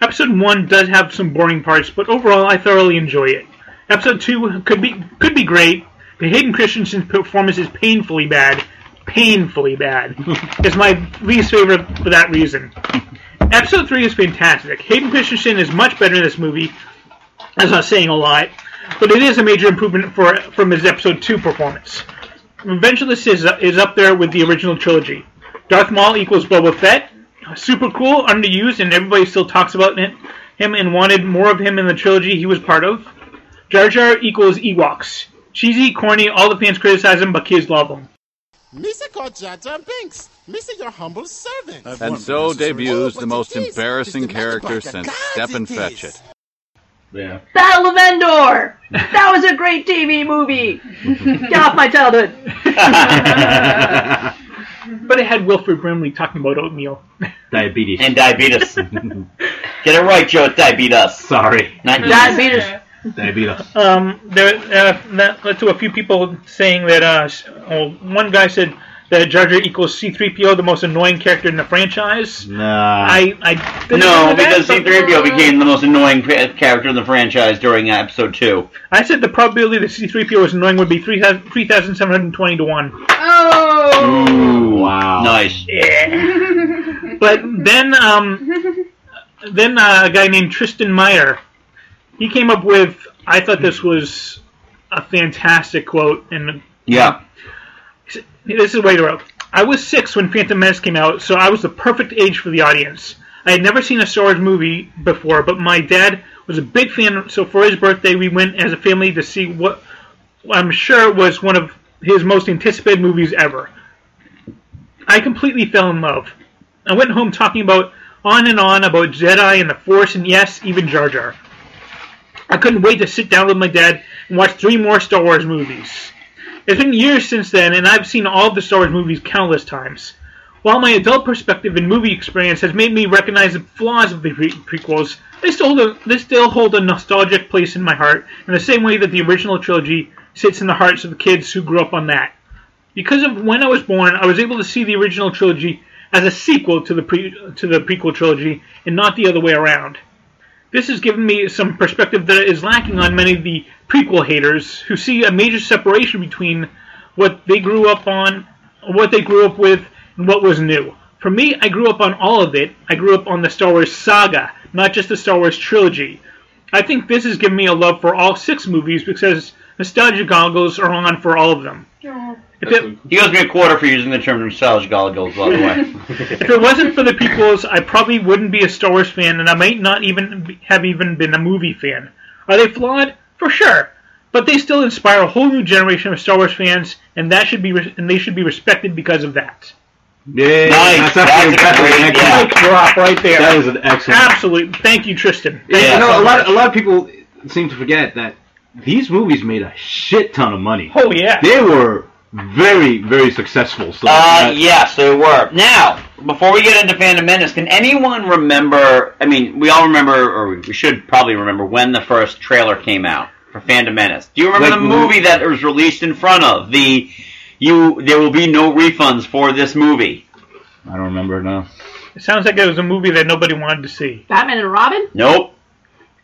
Speaker 5: Episode one does have some boring parts, but overall, I thoroughly enjoy it. Episode two could be could be great, but Hayden Christensen's performance is painfully bad, painfully bad. it's my least favorite for that reason. Episode three is fantastic. Hayden Christensen is much better in this movie. That's not saying a lot, but it is a major improvement for from his episode two performance. Revenge of the Sith is up there with the original trilogy. Darth Maul equals Boba Fett. Super cool, underused, and everybody still talks about it, him and wanted more of him in the trilogy he was part of. Jar Jar equals Ewoks. Cheesy, corny, all the fans criticize him, but kids love him.
Speaker 9: Missy called Jar Jar Binks. Missy, your humble servant. Oh,
Speaker 10: And so debuts the most embarrassing character since Step and Fetch It.
Speaker 6: Yeah.
Speaker 7: Battle of Endor. That was a great TV movie. Get off my childhood.
Speaker 5: But it had Wilfred Brimley talking about oatmeal.
Speaker 6: Diabetes.
Speaker 3: And diabetes. get it right, Joe. It's diabetes.
Speaker 6: Sorry,
Speaker 3: Not you.
Speaker 7: Diabetes.
Speaker 3: uh,
Speaker 6: diabetes.
Speaker 5: Um, there, uh, that led to a few people saying that. Uh, s- oh, one guy said that Jar Jar equals C-3PO, the most annoying character in the franchise.
Speaker 6: Nah.
Speaker 5: I, I didn't
Speaker 3: No,
Speaker 5: know that,
Speaker 3: because E
Speaker 5: but-
Speaker 3: C-3PO became the most annoying ca- character in the franchise during uh, Episode 2.
Speaker 5: I said the probability that C-3PO was annoying would be 3,000 3,720 to 1.
Speaker 4: oh.
Speaker 6: Ooh, wow.
Speaker 3: Nice.
Speaker 5: But then, um, then uh, a guy named Tristan Meyer, he came up with, I thought this was a fantastic quote, and
Speaker 3: Yeah.
Speaker 5: This is way to wrote. I was six when Phantom Menace came out, so I was the perfect age for the audience. I had never seen a Star Wars movie before, but my dad was a big fan, so for his birthday, we went as a family to see what I'm sure was one of his most anticipated movies ever. I completely fell in love. I went home talking about on and on about Jedi and the Force, and yes, even Jar Jar. I couldn't wait to sit down with my dad and watch three more Star Wars movies. It's been years since then, and I've seen all of the Star Wars movies countless times. While my adult perspective and movie experience has made me recognize the flaws of the pre- prequels, they still, they still hold a nostalgic place in my heart, in the same way that the original trilogy sits in the hearts of the kids who grew up on that. Because of when I was born, I was able to see the original trilogy as a sequel to the pre- to the prequel trilogy, and not the other way around. This has given me some perspective that is lacking on many of the prequel haters who see a major separation between what they grew up on, what they grew up with, and what was new. For me, I grew up on all of it. I grew up on the Star Wars saga, not just the Star Wars trilogy. I think this has given me a love for all six movies because nostalgia goggles are on for all of them. If it,
Speaker 3: He owes me a quarter for using the term nostalgia goggles, by the way.
Speaker 5: if it wasn't for the prequels, I probably wouldn't be a Star Wars fan, and I might not even be- have even been a movie fan. Are they flawed? For sure, but they still inspire a whole new generation of Star Wars fans, and that should be re- and they should be respected because of that.
Speaker 6: Yay!
Speaker 3: Nice,
Speaker 6: That's actually
Speaker 3: that's a
Speaker 6: impressive.
Speaker 3: great-
Speaker 6: Excellent.
Speaker 3: yeah.
Speaker 5: Drop right there.
Speaker 6: That was an excellent.
Speaker 5: Absolutely. Thank you, Tristan. Thank
Speaker 3: Yeah.
Speaker 6: You know, a lot, a lot of people seem to forget that these movies made a shit ton of money.
Speaker 5: you. Oh yeah.
Speaker 6: They were very, very successful. So
Speaker 3: Uh,
Speaker 6: that-
Speaker 3: yes, there were. Now, before we get into Phantom Menace, can anyone remember? I mean, we all remember, or we should probably remember, when the first trailer came out for Phantom Menace. Do you remember
Speaker 6: Like,
Speaker 3: the movie that it was released in front of? The you, there will be no refunds for this movie.
Speaker 6: I don't remember now.
Speaker 5: It sounds like it was a movie that nobody wanted to see.
Speaker 7: Batman and Robin?
Speaker 3: Nope.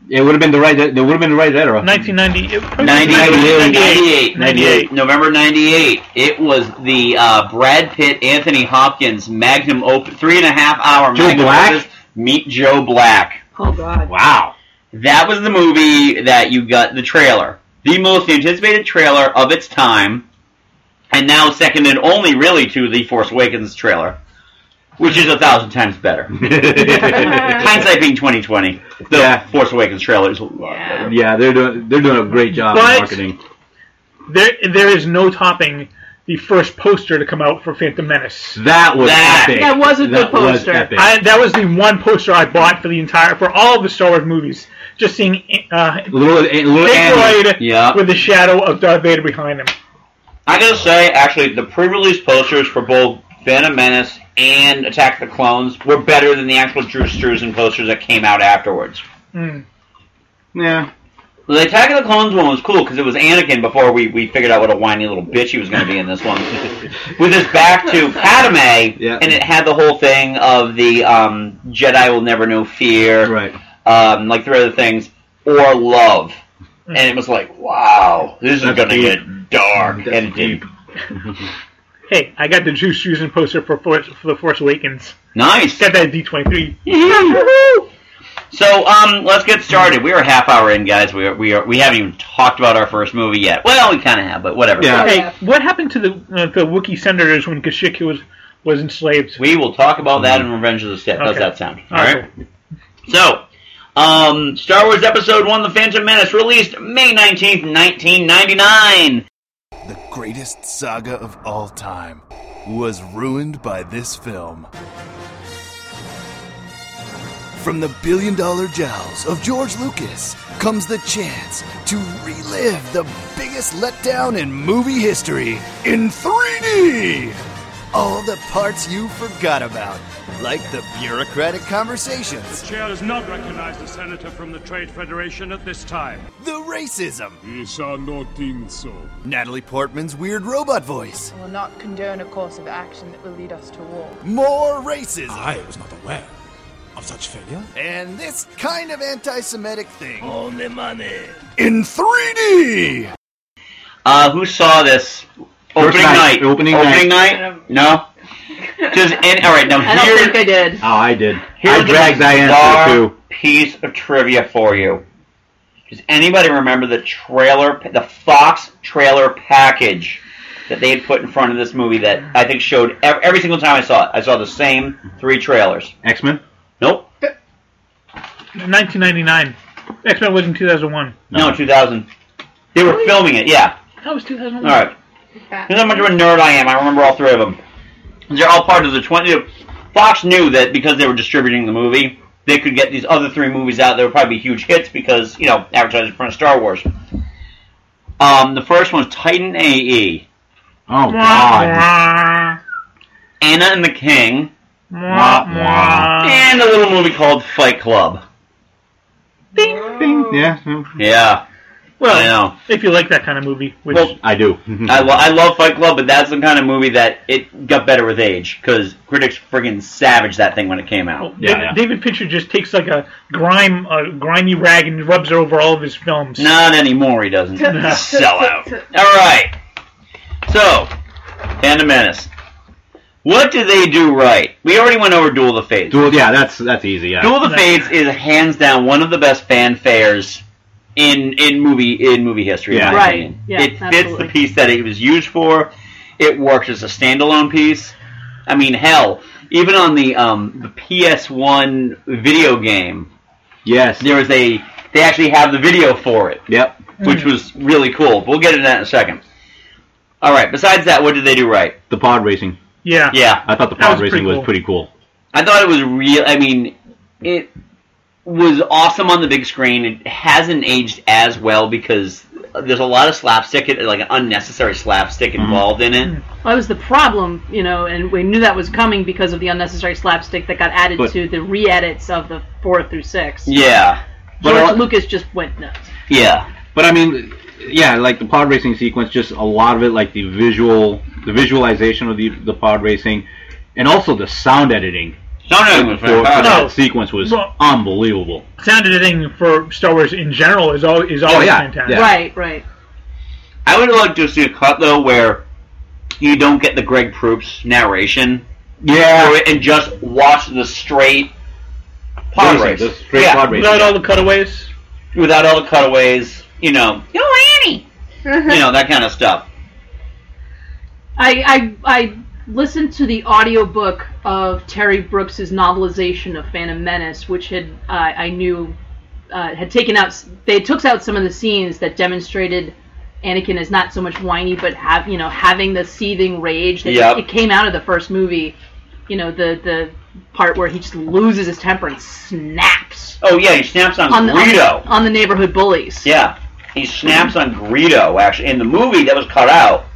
Speaker 6: It would have been the right. It would have been the right era.
Speaker 5: 1990. it probably was
Speaker 3: 98.
Speaker 5: 98. 98.
Speaker 3: November 98. It was the uh, Brad Pitt, Anthony Hopkins magnum opus, three and a half hour
Speaker 6: Joe
Speaker 3: magnum
Speaker 6: Black?
Speaker 3: opus, Meet Joe Black.
Speaker 7: Oh God.
Speaker 3: Wow. That was the movie that you got the trailer. The most anticipated trailer of its time, and now seconded only really to the Force Awakens trailer, which is a thousand times better. Hindsight being 2020, the
Speaker 6: Yeah.
Speaker 3: Force Awakens trailer is a lot better.
Speaker 6: yeah, they're doing. They're doing a great job
Speaker 5: But-
Speaker 6: in marketing.
Speaker 5: There, there is no topping the first poster to come out for Phantom Menace.
Speaker 6: That was
Speaker 3: That-
Speaker 6: epic.
Speaker 7: That was a good
Speaker 6: That was
Speaker 7: poster.
Speaker 6: epic.
Speaker 5: I, that was the one poster I bought for the entire for all of the Star Wars movies. Just seeing uh,
Speaker 6: little, eh, little
Speaker 5: Pink
Speaker 6: Annie.
Speaker 5: Floyd
Speaker 3: Yeah.
Speaker 5: with the shadow of Darth Vader behind him.
Speaker 3: I gotta say, actually, the pre-release posters for both Phantom Menace and Attack of the Clones were better than the actual Drew Struzan posters that came out afterwards.
Speaker 5: Mm.
Speaker 6: Yeah.
Speaker 3: The Attack of the Clones one was cool because it was Anakin before we, we figured out what a whiny little bitch he was going to be in this one. With his back to Padme,
Speaker 6: Yeah.
Speaker 3: and it had the whole thing of the um, Jedi will never know fear,
Speaker 6: Right.
Speaker 3: um, like three other things, or love. And it was like, wow, this is
Speaker 6: That's
Speaker 3: going to
Speaker 6: deep.
Speaker 3: get dark
Speaker 6: That's
Speaker 3: and deep.
Speaker 5: Hey, I got the Drew Struzan poster for Force, for the Force Awakens.
Speaker 3: Nice.
Speaker 5: Got that D twenty three.
Speaker 3: So um, let's get started. We are a half hour in, guys. We are, we are, we haven't even talked about our first movie yet. Well, we kind of have, but whatever.
Speaker 6: Yeah.
Speaker 5: Hey, what happened to the uh, the Wookiee senators when Kashyyyk was was enslaved?
Speaker 3: We will talk about that in Revenge of the Sith. How's
Speaker 5: Okay.
Speaker 3: that sound? Mm-hmm. All right. So, um, Star Wars Episode One: The Phantom Menace, released May nineteenth, nineteen ninety nine.
Speaker 10: The greatest saga of all time was ruined by this film. From the billion dollar jowls of George Lucas comes the chance to relive the biggest letdown in movie history in 3D! All the parts you forgot about, like the bureaucratic conversations,
Speaker 11: Chair does not recognize the senator from the Trade Federation at this time.
Speaker 10: the racism,
Speaker 11: He shall not think so.
Speaker 10: Natalie Portman's weird robot voice,
Speaker 12: will not condone a course of action that will lead us to war.
Speaker 10: more racism.
Speaker 11: I was not aware of such failure.
Speaker 10: And this kind of anti Semitic thing. Only money. In 3D!
Speaker 3: Uh, who saw this opening night?
Speaker 6: night. Opening
Speaker 3: night. No. Just in, all right. Now
Speaker 7: I don't
Speaker 3: here,
Speaker 7: think I did.
Speaker 6: Oh, I did. I
Speaker 3: here's
Speaker 6: dragged
Speaker 3: a
Speaker 6: that
Speaker 3: bizarre
Speaker 6: answer too.
Speaker 3: piece of trivia for you. Does anybody remember the trailer, the Fox trailer package that they had put in front of this movie that I think showed ev- every single time I saw it? I saw the same three trailers.
Speaker 6: X Men.
Speaker 3: Nope.
Speaker 5: Nineteen ninety nine. X Men was in two thousand one.
Speaker 3: No, 2000. They were filming it, yeah.
Speaker 5: That was two thousand one.
Speaker 3: All right. Here's how much of a nerd I am. I remember all three of them. They're all part of the 20, Fox knew that because they were distributing the movie, they could get these other three movies out. They would probably be huge hits because you know advertisers in front of Star Wars. Um, the first one was Titan E. A.E.
Speaker 6: Oh
Speaker 5: God.
Speaker 3: Anna and the King.
Speaker 5: Mwah, mwah.
Speaker 3: And a little movie called Fight Club.
Speaker 6: Yeah.
Speaker 3: Yeah.
Speaker 5: Well,
Speaker 3: I know.
Speaker 5: if you like that kind of movie, which
Speaker 6: I do.
Speaker 3: I, lo- I love Fight Club, but that's the kind of movie that it got better with age because critics friggin' savaged that thing when it came out.
Speaker 5: David, David Fincher just takes like a grime, a grimy rag and rubs it over all of his films.
Speaker 3: Not anymore. He doesn't sell out. All right. So, and the Menace. What do they do right? We already went over Duel of the Fates.
Speaker 6: Duel, yeah, that's that's easy. Yeah.
Speaker 3: Duel of the Fates is hands down one of the best fanfares in in movie in movie history.
Speaker 6: Yeah.
Speaker 3: in my
Speaker 6: Right.
Speaker 3: opinion.
Speaker 6: Yeah,
Speaker 3: it fits
Speaker 6: absolutely.
Speaker 3: the piece that it was used for. It works as a standalone piece. I mean, hell, even on the um, the PS1 video game,
Speaker 6: yes,
Speaker 3: there was a they actually have the video for it.
Speaker 6: Yep,
Speaker 3: which was really cool. We'll get into that in a second. All right. Besides that, what did they do right?
Speaker 6: The pod racing.
Speaker 5: Yeah.
Speaker 3: Yeah.
Speaker 6: I thought the
Speaker 3: That
Speaker 6: pod
Speaker 3: was
Speaker 6: racing
Speaker 3: pretty
Speaker 6: was
Speaker 3: cool.
Speaker 6: pretty cool.
Speaker 3: I thought it was real. I mean, it was awesome on the big screen. It hasn't aged as well because there's a lot of slapstick, like an unnecessary slapstick involved in it.
Speaker 7: That was the problem, you know, and we knew that was coming because of the unnecessary slapstick that got added
Speaker 3: But-
Speaker 7: to the re-edits of the four through six.
Speaker 3: Yeah.
Speaker 6: But
Speaker 7: George
Speaker 6: a lot-
Speaker 7: Lucas just went nuts.
Speaker 3: Yeah.
Speaker 6: But I mean, yeah, like the pod racing sequence, just a lot of it, like the visual, the visualization of the the pod racing, and also the sound editing.
Speaker 3: Sound
Speaker 5: editing was
Speaker 6: for,
Speaker 7: Oh,
Speaker 6: for
Speaker 5: fantastic.
Speaker 6: that sequence was
Speaker 5: Well-
Speaker 6: unbelievable.
Speaker 5: Sound editing for Star Wars in general is always, is always
Speaker 6: Oh, yeah,
Speaker 5: fantastic.
Speaker 6: yeah.
Speaker 7: Right, right.
Speaker 3: I would like to see a cut though where you don't get the Greg Proops narration.
Speaker 6: Yeah.
Speaker 3: and just watch the straight pod
Speaker 6: Racing,
Speaker 3: race.
Speaker 6: the straight pod racing.
Speaker 5: Without all the cutaways.
Speaker 3: Without all the cutaways, you know,
Speaker 7: Yo, Annie.
Speaker 3: you know that kind of stuff.
Speaker 7: I, I I listened to the audiobook of Terry Brooks's novelization of Phantom Menace, which had uh, I knew uh, had taken out s- they took out some of the scenes that demonstrated Anakin as not so much whiny, but have you know having the seething rage that
Speaker 2: Yep.
Speaker 7: it came out of the first movie. You know the the part where he just loses his temper and snaps
Speaker 3: Oh yeah, he snaps on,
Speaker 7: on the, on,
Speaker 3: Greedo.
Speaker 7: the, on the neighborhood bullies.
Speaker 3: Yeah, he snaps on Greedo. Actually, in the movie that was cut out.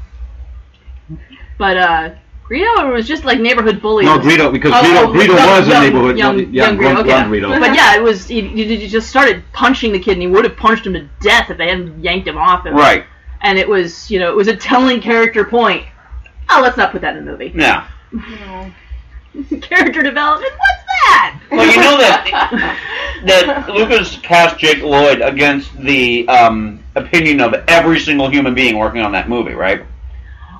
Speaker 7: But uh, Greedo was just like neighborhood bully. Oh,
Speaker 6: No, Greedo- because Greedo- Greedo was a neighborhood-
Speaker 7: young,
Speaker 6: young-
Speaker 7: young
Speaker 6: young
Speaker 7: Greedo.
Speaker 6: Grand
Speaker 7: okay.
Speaker 6: Greedo.
Speaker 7: But yeah, it was. He, he he just started punching the kid, and he would have punched him to death if they hadn't yanked him off him.
Speaker 3: Right.
Speaker 7: And it was, you know, it was a telling character point. Oh, let's not put that in the movie.
Speaker 3: Yeah.
Speaker 7: character development. What's that?
Speaker 3: Well, you know that that Lucas cast Jake Lloyd against the um, opinion of every single human being working on that movie, right?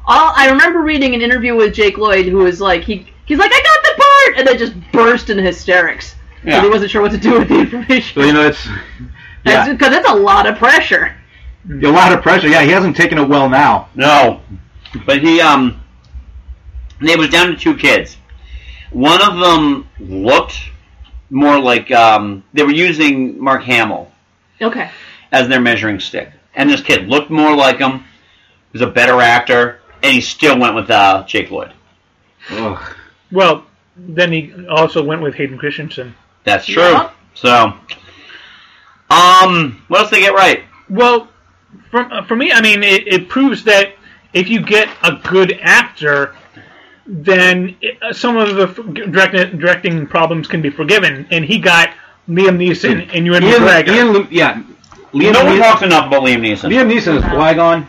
Speaker 7: All, I remember reading an interview with Jake Lloyd, who was like, he he's like, I got the part, and then just burst into hysterics. 'Cause
Speaker 6: Yeah.
Speaker 7: He wasn't sure what to do with the information.
Speaker 6: So you know, it's
Speaker 7: Because
Speaker 6: yeah,
Speaker 7: that's a lot of pressure.
Speaker 6: a lot of pressure. Yeah, he hasn't taken it well now.
Speaker 3: No, but he um, it was down to two kids. One of them looked more like um, they were using Mark Hamill
Speaker 7: Okay.
Speaker 3: as their measuring stick, and this kid looked more like him. He was a better actor, and he still went with uh, Jake Lloyd.
Speaker 5: Well, then he also went with Hayden Christensen.
Speaker 3: That's true. So, um, what else they get right?
Speaker 5: Well, for, uh, for me, I mean, it, it proves that if you get a good actor, then it, uh, some of the f- direct, directing problems can be forgiven. And he got Liam Neeson and Ewan
Speaker 6: Ian-
Speaker 5: McGregor.
Speaker 6: Ian Lu- yeah, Liam
Speaker 5: No one talks
Speaker 3: enough about Liam Neeson.
Speaker 6: Liam Neeson is Qui-Gon.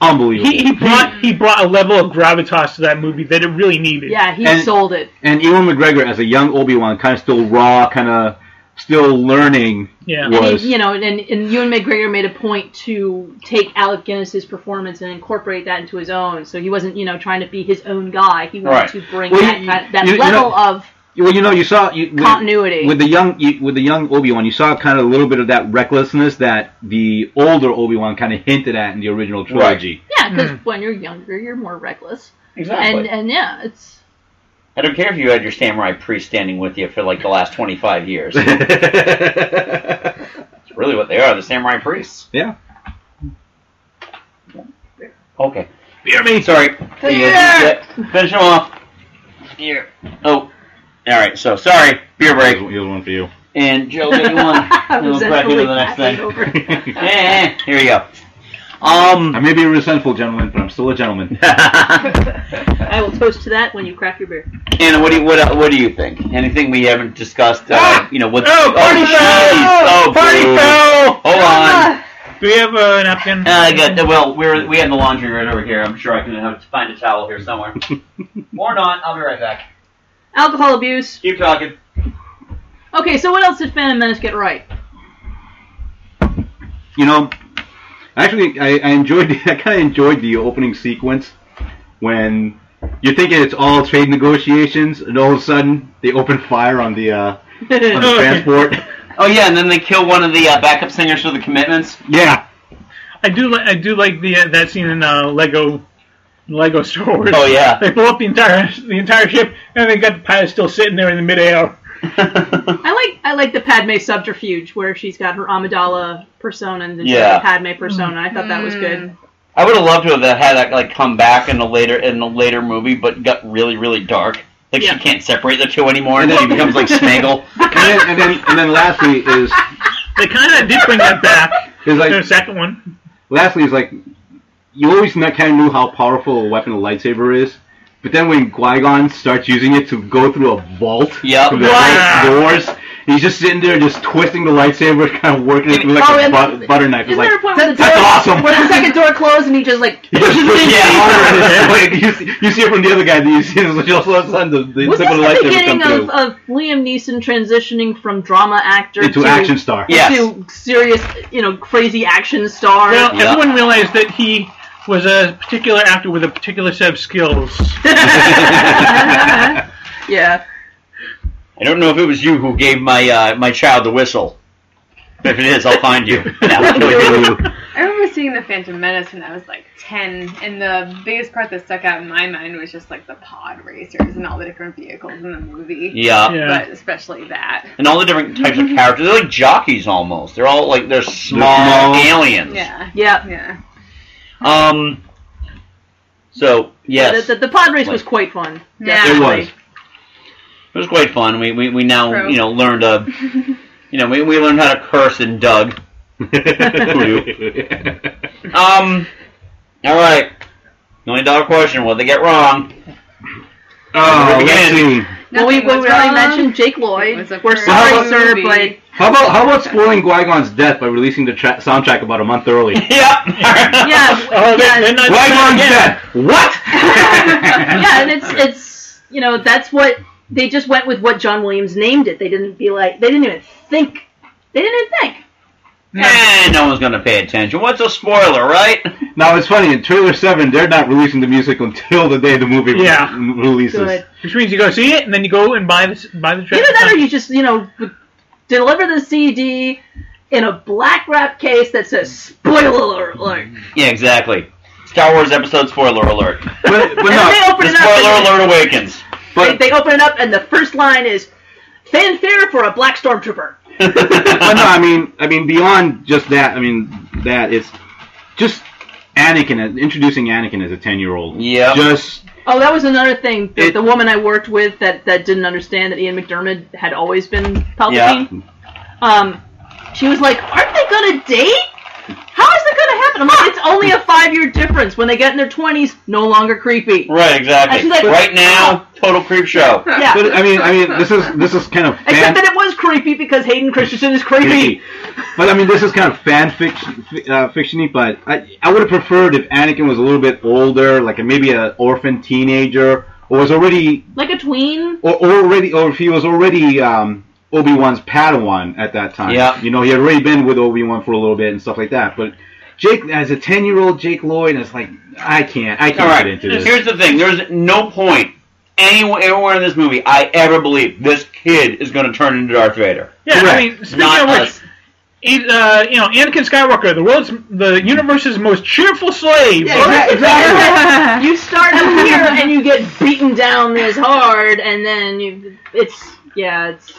Speaker 6: Unbelievable.
Speaker 5: He, he
Speaker 3: Hmm.
Speaker 5: brought he brought a level of gravitas to that movie that it really needed.
Speaker 7: Yeah, he
Speaker 6: And-
Speaker 7: sold it.
Speaker 6: And Ewan McGregor as a young Obi Wan, kind of still raw, kind of still learning.
Speaker 7: And
Speaker 6: was
Speaker 7: he, you know, and, and Ewan McGregor made a point to take Alec Guinness's performance and incorporate that into his own. So he wasn't, you know, trying to be his own guy. He wanted
Speaker 6: Right.
Speaker 7: to bring
Speaker 6: Well,
Speaker 7: that,
Speaker 6: you-
Speaker 7: that, that
Speaker 6: you- you
Speaker 7: level
Speaker 6: know-
Speaker 7: of
Speaker 6: Well, you know, you saw you, with,
Speaker 7: Continuity.
Speaker 6: with the young you, with the young Obi Wan. You saw kind of a little bit of that recklessness that the older Obi Wan kind of hinted at in the original trilogy.
Speaker 7: yeah, because when you're younger, you're more reckless.
Speaker 3: Exactly.
Speaker 7: And uh, and yeah, it's
Speaker 3: I don't care if you had your samurai priest standing with you for like the last twenty five years. It's really what they are, the samurai priests.
Speaker 6: Yeah.
Speaker 3: Okay. Beer me. Sorry. Yeah, Finish him off. Here. Oh. All right, so sorry, beer break.
Speaker 6: Here's one for you.
Speaker 3: And Joe, get you one. and we'll crack into the next thing. yeah, here we go. Um,
Speaker 6: I may be a resentful gentleman, but I'm still a gentleman.
Speaker 7: I will toast to that when you crack your beer.
Speaker 3: Anna, what do you what, uh, what do you think? Anything we haven't discussed? Uh, you know, what's
Speaker 5: Oh, party
Speaker 3: oh, jeez.
Speaker 5: foul!
Speaker 3: Oh,
Speaker 5: Party
Speaker 3: boo.
Speaker 5: foul!
Speaker 3: Hold on.
Speaker 5: Do we have uh, an napkin?
Speaker 3: Uh, good. Well, we're we have the laundry right over here. I'm sure I can have, find a towel here somewhere. or not. I'll be right back.
Speaker 7: Alcohol abuse.
Speaker 3: Keep talking.
Speaker 7: Okay, so what else did Phantom Menace get right?
Speaker 6: you know, actually, I, I enjoyed. I kind of enjoyed the opening sequence when you're thinking it's all trade negotiations, and all of a sudden they open fire on the uh, on the transport.
Speaker 3: Oh yeah, and then they kill one of the uh, backup singers for the Commitments.
Speaker 6: Yeah.
Speaker 5: I do like I do like the uh, that scene in uh, Lego Lego Star Wars.
Speaker 3: Oh, yeah.
Speaker 5: they blow up the entire the entire ship, and they got the pilot still sitting there in the midair.
Speaker 7: I like I like the Padme subterfuge where she's got her Amidala persona and then she's
Speaker 3: Yeah.
Speaker 7: got Padme persona. I thought that was good.
Speaker 3: I would have loved to have had that like come back in a later in a later movie, but got really really dark. Like she can't separate the two anymore, and then he becomes like Smaggle.
Speaker 6: and, then, and then and then lastly is
Speaker 5: They kind of did bring that back.
Speaker 6: is like
Speaker 5: The second one.
Speaker 6: lastly is like you always not kind of knew how powerful a weapon a lightsaber is. But then when Qui Gon starts using it to go through a vault
Speaker 3: Yep.
Speaker 6: through the
Speaker 3: Wow.
Speaker 6: doors, he's just sitting there just twisting the lightsaber, kind of working it through like
Speaker 7: Oh,
Speaker 6: a
Speaker 7: and
Speaker 6: but- butter knife. It's
Speaker 7: Isn't there a
Speaker 6: like
Speaker 7: point where the, door,
Speaker 6: that's awesome.
Speaker 7: where the second door closed and he just like
Speaker 6: He just pushes
Speaker 3: Yeah.
Speaker 6: the arm in his way. You see- you see it from the other guy. That you see it was just all of a sudden the, the
Speaker 7: was
Speaker 6: tip
Speaker 7: this
Speaker 6: of the
Speaker 7: the
Speaker 6: lightsaber come
Speaker 7: beginning
Speaker 6: through
Speaker 7: of, uh, of Liam Neeson transitioning from drama actor
Speaker 6: into
Speaker 7: to
Speaker 6: action star.
Speaker 3: Yeah. Yes.
Speaker 7: to serious, you know, crazy action star?
Speaker 5: Well,
Speaker 3: Yeah.
Speaker 5: everyone realized that he was a particular actor with a particular set of skills.
Speaker 7: yeah.
Speaker 3: I don't know if it was you who gave my uh, my child the whistle. If it is, I'll find you. No, I'm kidding.
Speaker 4: I remember seeing The Phantom Menace when I was like 10, and the biggest part that stuck out in my mind was just like the pod racers and all the different vehicles in the movie.
Speaker 3: yeah.
Speaker 5: Yeah.
Speaker 4: But especially that.
Speaker 3: and all the different types of characters. They're like jockeys almost. They're all like they're small,
Speaker 6: small.
Speaker 3: aliens.
Speaker 4: Yeah.
Speaker 7: Yeah.
Speaker 4: Yeah.
Speaker 3: Um. So yes,
Speaker 7: The,
Speaker 3: it
Speaker 7: the, the pod race was
Speaker 3: Like-
Speaker 7: quite fun.
Speaker 4: Yeah.
Speaker 6: It
Speaker 7: definitely.
Speaker 6: was.
Speaker 3: was quite fun. We we, we now
Speaker 4: True.
Speaker 3: you know learned a, you know we, we learned how to curse in Doug. Um. All right. Million dollar question: What they get wrong?
Speaker 6: oh, let's
Speaker 3: Again.
Speaker 6: see.
Speaker 7: Well, we,
Speaker 4: Nothing
Speaker 7: we
Speaker 4: was
Speaker 7: already
Speaker 4: wrong.
Speaker 7: mentioned Jake
Speaker 4: It
Speaker 7: Lloyd.
Speaker 4: was a
Speaker 7: We're
Speaker 4: great
Speaker 7: sorry, sir,
Speaker 4: movie.
Speaker 7: but
Speaker 6: How about how about spoiling Qui Gon's death by releasing the tra- soundtrack about a month early? Qui
Speaker 3: Yeah.
Speaker 7: yeah,
Speaker 5: Oh,
Speaker 7: yeah,
Speaker 5: they're, they're not
Speaker 6: Gon's
Speaker 5: yeah.
Speaker 6: death. What?
Speaker 7: yeah, and it's it's you know that's what they just went with what John Williams named it. They didn't be like they didn't even think. They didn't even think.
Speaker 3: Eh, no one's gonna pay attention. What's a spoiler, right?
Speaker 6: now it's funny. In trailer seven, they're not releasing the music until the day the movie re-
Speaker 5: Yeah.
Speaker 6: releases.
Speaker 7: Good.
Speaker 5: Which means you go see it, and then you go and buy the buy the.
Speaker 7: Either that or you just you know b- deliver the CD in a black wrap case that says spoiler alert.
Speaker 3: Yeah, exactly. Star Wars episode spoiler alert.
Speaker 6: But, but
Speaker 7: And then they
Speaker 6: no.
Speaker 7: open
Speaker 3: The
Speaker 7: it up.
Speaker 3: spoiler
Speaker 7: and-
Speaker 3: alert awakens.
Speaker 7: They,
Speaker 6: But,
Speaker 7: they open it up, and the first line is fanfare for a black stormtrooper.
Speaker 6: but no, I mean, I mean, beyond just that, I mean, that it's just Anakin introducing Anakin as a ten-year-old.
Speaker 3: Yep.
Speaker 6: Just
Speaker 7: Oh, that was another thing. The,
Speaker 6: It-
Speaker 7: the woman I worked with that, that didn't understand that Ian McDermott had always been Palpatine. Um, she was like, "Aren't they gonna date? How is that gonna happen?" I'm like, "It's only a five year difference. When they get in their twenties, no longer creepy."
Speaker 3: Right, exactly.
Speaker 7: Actually, like-
Speaker 3: right now, total creep show.
Speaker 7: Yeah.
Speaker 6: But I mean, I mean, this is this is kind of fan
Speaker 7: Except that it was creepy because Hayden Christensen is creepy.
Speaker 6: But I mean, this is kind of fan fiction, fi- uh, fictiony. But I, I would have preferred if Anakin was a little bit older, like maybe an orphan teenager, or was already,
Speaker 7: Like a tween.
Speaker 6: or already, or if he was already um, Obi Wan's Padawan at that time.
Speaker 3: Yeah.
Speaker 6: You know, he had already been with Obi Wan for a little bit and stuff like that. But Jake, as a ten-year-old Jake Lloyd, it's like I can't, I can't
Speaker 3: All right.
Speaker 6: get into this.
Speaker 3: Here's the thing. There's no point anywhere, anywhere in this movie I ever believe this kid is going to turn into Darth Vader.
Speaker 5: Yeah,
Speaker 6: Correct.
Speaker 5: I mean, speaking
Speaker 3: Not
Speaker 5: of which,
Speaker 3: us.
Speaker 5: he- uh, you know, Anakin Skywalker, the world's, the universe's most cheerful slave.
Speaker 6: Yeah, exa- exactly.
Speaker 7: you start up here and you get beaten down this hard, and then you, it's yeah, it's.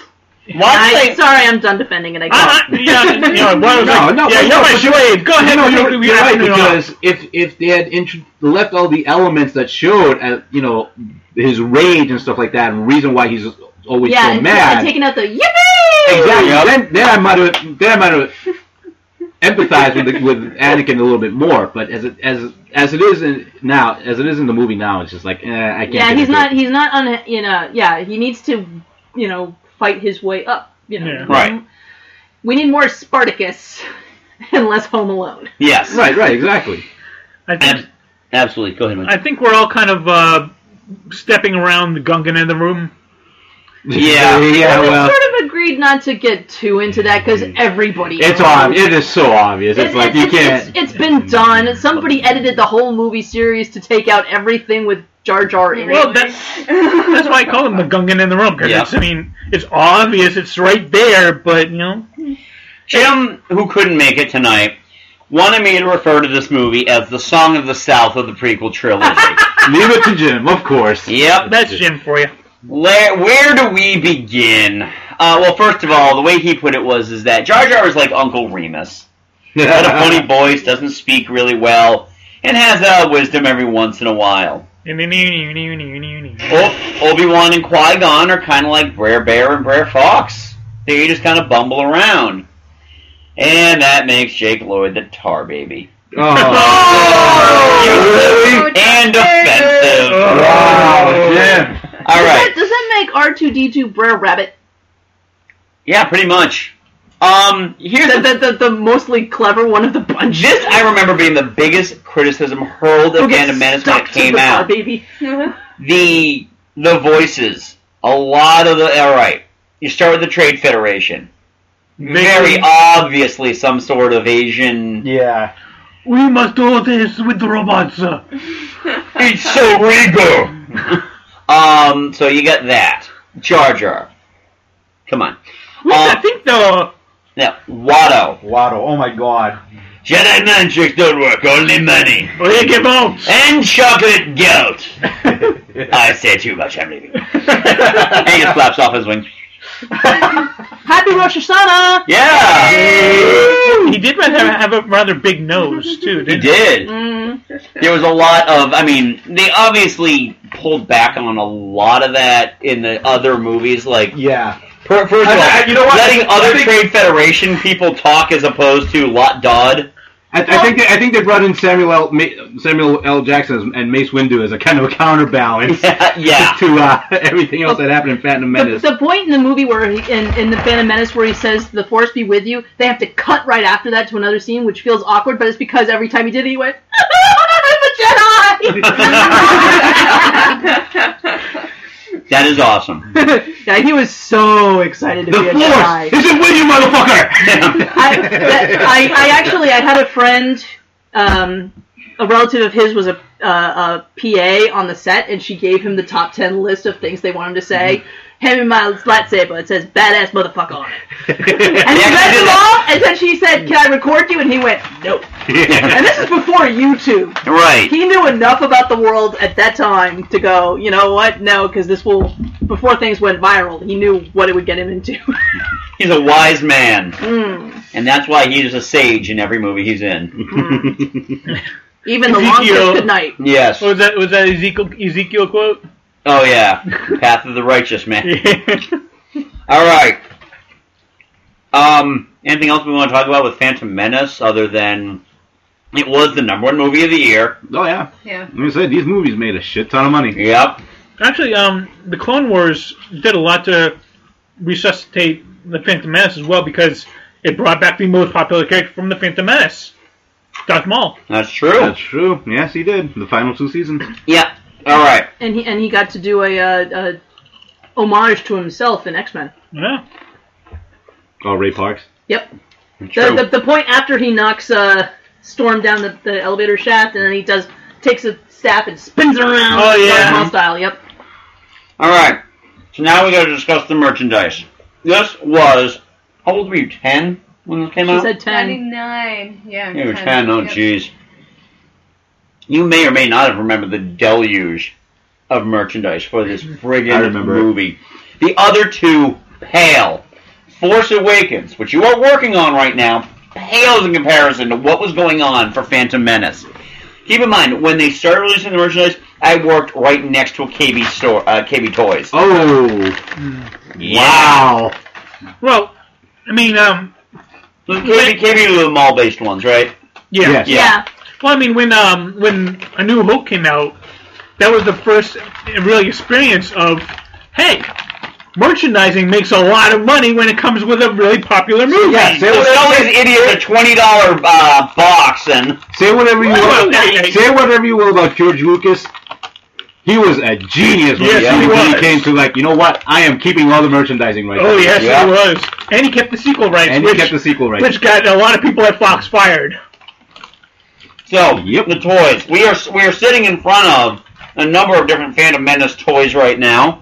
Speaker 3: Once
Speaker 7: I,
Speaker 3: they,
Speaker 7: sorry, I'm done defending it. I
Speaker 5: Uh-huh.
Speaker 7: guess.
Speaker 5: yeah, you know, well, I was
Speaker 6: No,
Speaker 5: like,
Speaker 6: no,
Speaker 5: yeah,
Speaker 6: but-
Speaker 5: you're
Speaker 6: no,
Speaker 5: my
Speaker 6: but you-
Speaker 5: slave. Go ahead,
Speaker 6: You know,
Speaker 5: and
Speaker 6: you're,
Speaker 5: take the
Speaker 6: you're right
Speaker 5: afternoon off.
Speaker 6: because if if they had intro- left all the elements that showed, uh, you know, his rage and stuff like that, and reason why he's always
Speaker 7: yeah,
Speaker 6: so
Speaker 7: and
Speaker 6: mad.
Speaker 7: taking out the yippee.
Speaker 6: Exactly. Then, then I might have then I might have empathized with the, with Anakin a little bit more. But as it, as as it is in, now, as it is in the movie now, it's just like eh, I can't.
Speaker 7: Yeah,
Speaker 6: get
Speaker 7: he's
Speaker 6: into
Speaker 7: not.
Speaker 6: it.
Speaker 7: He's not on. You know. Yeah, he needs to. You know, fight his way up. You know.
Speaker 6: right.
Speaker 7: We need more Spartacus and less Home Alone.
Speaker 3: Yes.
Speaker 6: Right. Right. Exactly.
Speaker 5: I think,
Speaker 3: Absolutely. Go ahead, Mike.
Speaker 5: I think we're all kind of uh, stepping around the Gungan in the room.
Speaker 3: Yeah.
Speaker 6: yeah.
Speaker 7: we
Speaker 6: Well, Mm.
Speaker 7: sort of agreed not to get too into that because everybody.
Speaker 6: it's
Speaker 7: knows.
Speaker 6: obvious. It is so obvious. It's,
Speaker 7: It's-
Speaker 6: like you
Speaker 7: it's-
Speaker 6: can't.
Speaker 7: it's- it's been done. Somebody edited the whole movie series to take out everything with Jar Jar in it.
Speaker 5: Well, that's that's why I call him the Gungan in the room. 'cause
Speaker 7: Yeah.
Speaker 5: it's, I mean, it's obvious. It's right there, but you know.
Speaker 3: Jim, who couldn't make it tonight, wanted me to refer to this movie as the Song of the South of the prequel trilogy.
Speaker 6: Leave it to Jim, of course.
Speaker 3: Yep.
Speaker 5: That's Jim for you.
Speaker 3: Where, where do we begin? Uh, well, first of all, the way he put it was is that Jar Jar is like Uncle Remus. He's got a funny voice, doesn't speak really well, and has uh, wisdom every once in a while. Obi Wan and Qui Gon are kind of like Brer Bear and Brer Fox. They just kind of bumble around, and that makes Jake Lloyd the tar baby.
Speaker 7: Oh!
Speaker 3: Oh. And offensive. All
Speaker 7: Oh. does,
Speaker 3: right.
Speaker 7: that, does that make R two D two Brer Rabbit
Speaker 3: Yeah, pretty much. Um, here's
Speaker 7: the the, the, the mostly clever one of the bunch?
Speaker 3: This I remember being the biggest criticism hurled at
Speaker 7: Who gets
Speaker 3: Phantom Menace when it
Speaker 7: stuck to
Speaker 3: came
Speaker 7: the
Speaker 3: out.
Speaker 7: baby.
Speaker 3: The the voices. A lot of the all right. You start with the Trade Federation. Very obviously some sort of Asian.
Speaker 6: Yeah.
Speaker 5: We must do this with the robots. uh.
Speaker 3: It's so regal. um. So you got that. Jar Jar. Come on. Um, Uh,
Speaker 5: I think though.
Speaker 3: Now Watto.
Speaker 6: Watto. Oh my God.
Speaker 3: Jedi mind tricks don't work. Only money.
Speaker 5: Lick bolts.
Speaker 3: And chocolate guilt. I say too much. I'm leaving. and he just flaps off his wings.
Speaker 7: Happy Rosh Hashanah!
Speaker 3: Yeah.
Speaker 5: He did rather have a rather big nose too. Didn't
Speaker 3: He did. There was a lot of. I mean, they obviously pulled back on a lot of that in the other movies. Like,
Speaker 6: yeah.
Speaker 3: First of all,
Speaker 6: I- I- you know what?
Speaker 3: letting other
Speaker 6: I think-
Speaker 3: Trade Federation people talk as opposed to Lot Dodd.
Speaker 6: I, I think they, I think they brought in Samuel L. Ma- Samuel L. Jackson as- and Mace Windu as a kind of a counterbalance
Speaker 3: yeah.
Speaker 6: to uh, everything else that happened in Phantom
Speaker 7: The,
Speaker 6: Menace.
Speaker 7: the point in the movie where he, in, in the Phantom Menace where he says the Force be with you, they have to cut right after that to another scene, which feels awkward. But it's because every time he did it, he went, "I'm a
Speaker 3: That is awesome.
Speaker 7: Jedi." yeah, he was so excited to be a Jedi.
Speaker 6: is it with you, motherfucker?
Speaker 7: I, that- I, I actually I had a friend, um, a relative of his was a, uh, a PA on the set, and she gave him the top ten list of things they wanted to say. Hand me my lightsaber. It says "badass motherfucker" on it. And he read them all, and then she said, "Can I record you?" And he went, "No." And this is before YouTube.
Speaker 3: Right.
Speaker 7: He knew enough about the world at that time to go, you know what? No, because this will. Before things went viral, he knew what it would get him into.
Speaker 3: He's a wise man,
Speaker 6: Hmm.
Speaker 7: Mm.
Speaker 3: and that's why he's a sage in every movie he's in.
Speaker 7: Even the long
Speaker 5: Ezekiel-
Speaker 7: kiss goodnight.
Speaker 3: yes.
Speaker 5: Was that was that Ezekiel Ezekiel quote?
Speaker 3: Oh yeah, path of the righteous man. All right. Um, anything else we want to talk about with Phantom Menace other than it was the number one movie of the year?
Speaker 6: Oh yeah.
Speaker 4: Yeah.
Speaker 6: Like I said, these movies made a shit ton of money.
Speaker 3: Yep.
Speaker 5: Actually, um, the Clone Wars did a lot to resuscitate the Phantom Menace as well because it brought back the most popular character from the Phantom Menace, Darth Maul.
Speaker 3: That's true.
Speaker 6: That's true. Yes, he did. The final two seasons.
Speaker 3: Yeah. All right.
Speaker 7: and he and he got to do a, uh a homage to himself in X Men.
Speaker 5: Yeah.
Speaker 6: Oh, Ray Parks.
Speaker 7: Yep. The, the the point after he knocks uh Storm down the, the elevator shaft, and then he does takes a staff and spins it around.
Speaker 3: Oh, yeah.
Speaker 7: Darth Maul style. Yep.
Speaker 3: All right. So now we got to discuss the merchandise. This was how old were you? Ten when this came
Speaker 4: She
Speaker 3: out.
Speaker 4: said 99. Yeah.
Speaker 3: you were ten. Oh,
Speaker 4: Yep.
Speaker 3: jeez. You may or may not have remembered the deluge of merchandise for this
Speaker 6: I
Speaker 3: friggin'
Speaker 6: remember it.
Speaker 3: movie. The other two pale. Force Awakens, which you are working on right now, pales in comparison to what was going on for Phantom Menace. Keep in mind, when they started releasing the merchandise, I worked right next to a KB store, uh, KB Toys.
Speaker 6: Oh, wow!
Speaker 5: Well, I mean, um,
Speaker 3: KB, KB were the mall-based ones, right?
Speaker 5: Yeah.
Speaker 3: Yes. Yeah.
Speaker 5: Well, I mean, when um, when A New Hope came out, that was the first really experience of, hey, merchandising makes a lot of money when it comes with a really popular movie.
Speaker 3: there was always idiot a twenty dollar uh, box and
Speaker 6: Say whatever you
Speaker 5: Well,
Speaker 6: will.
Speaker 5: hey, hey.
Speaker 6: Say whatever you will about George Lucas. He was a genius when,
Speaker 5: Yes,
Speaker 6: he,
Speaker 5: he
Speaker 6: when he
Speaker 5: was.
Speaker 6: came to like, you know what? I am keeping all the merchandising right
Speaker 5: Oh
Speaker 6: now.
Speaker 5: yes,
Speaker 6: Yeah.
Speaker 5: it was. And he kept the sequel rights,
Speaker 6: And he
Speaker 5: which
Speaker 6: kept the sequel right.
Speaker 5: which got a lot of people at Fox fired.
Speaker 3: So the toys we are we are sitting in front of a number of different Phantom Menace toys right now.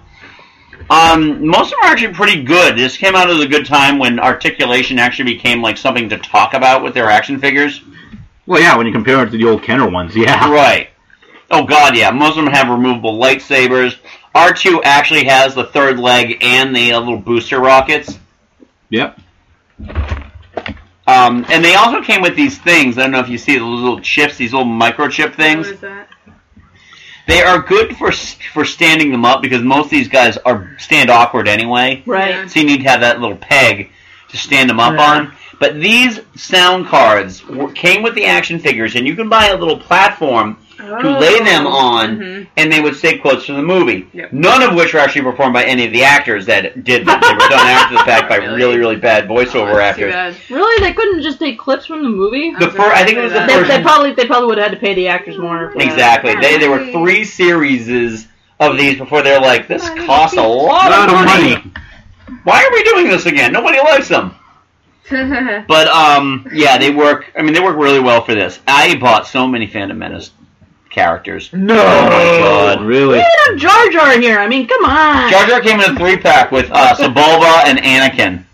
Speaker 3: Um, most of them are actually pretty good. This came out at a good time when articulation actually became like something to talk about with their action figures.
Speaker 6: Well, yeah, when you compare it to the old Kenner ones, yeah.
Speaker 3: Right. Oh God, yeah. Most of them have removable lightsabers. R two actually has the third leg and the uh, little booster rockets.
Speaker 6: Yep.
Speaker 3: Um, and they also came with these things. I don't know if you see the little chips, these little microchip things.
Speaker 4: What is that?
Speaker 3: They are good for for standing them up because most of these guys are stand awkward anyway.
Speaker 7: Right.
Speaker 3: So you need to have that little peg to stand them up
Speaker 7: Yeah.
Speaker 3: on. But these sound cards w- came with the action figures, and you can buy a little platform to lay them on, and they would say quotes from the movie. None of which were actually performed by any of the actors that did that. They were done after the fact by really, really bad
Speaker 4: Oh,
Speaker 3: voiceover actors.
Speaker 7: Really, they couldn't just take clips from the movie?
Speaker 3: The fir- I think it was the
Speaker 7: They,
Speaker 3: first.
Speaker 7: they probably they probably would have had to pay the actors more. for that.
Speaker 3: Exactly. They there were three series of these before they're like, this costs a lot,
Speaker 6: Lot
Speaker 3: of
Speaker 6: of
Speaker 3: money. Why are we doing this again? Nobody likes them. But um, yeah, they work. I mean, they work really well for this. I bought so many Phantom Menace characters.
Speaker 5: No,
Speaker 3: oh my god,
Speaker 6: really?
Speaker 7: They didn't have Jar Jar in here. I mean, come on.
Speaker 3: Jar Jar came in a three pack with uh, Sebulba and Anakin.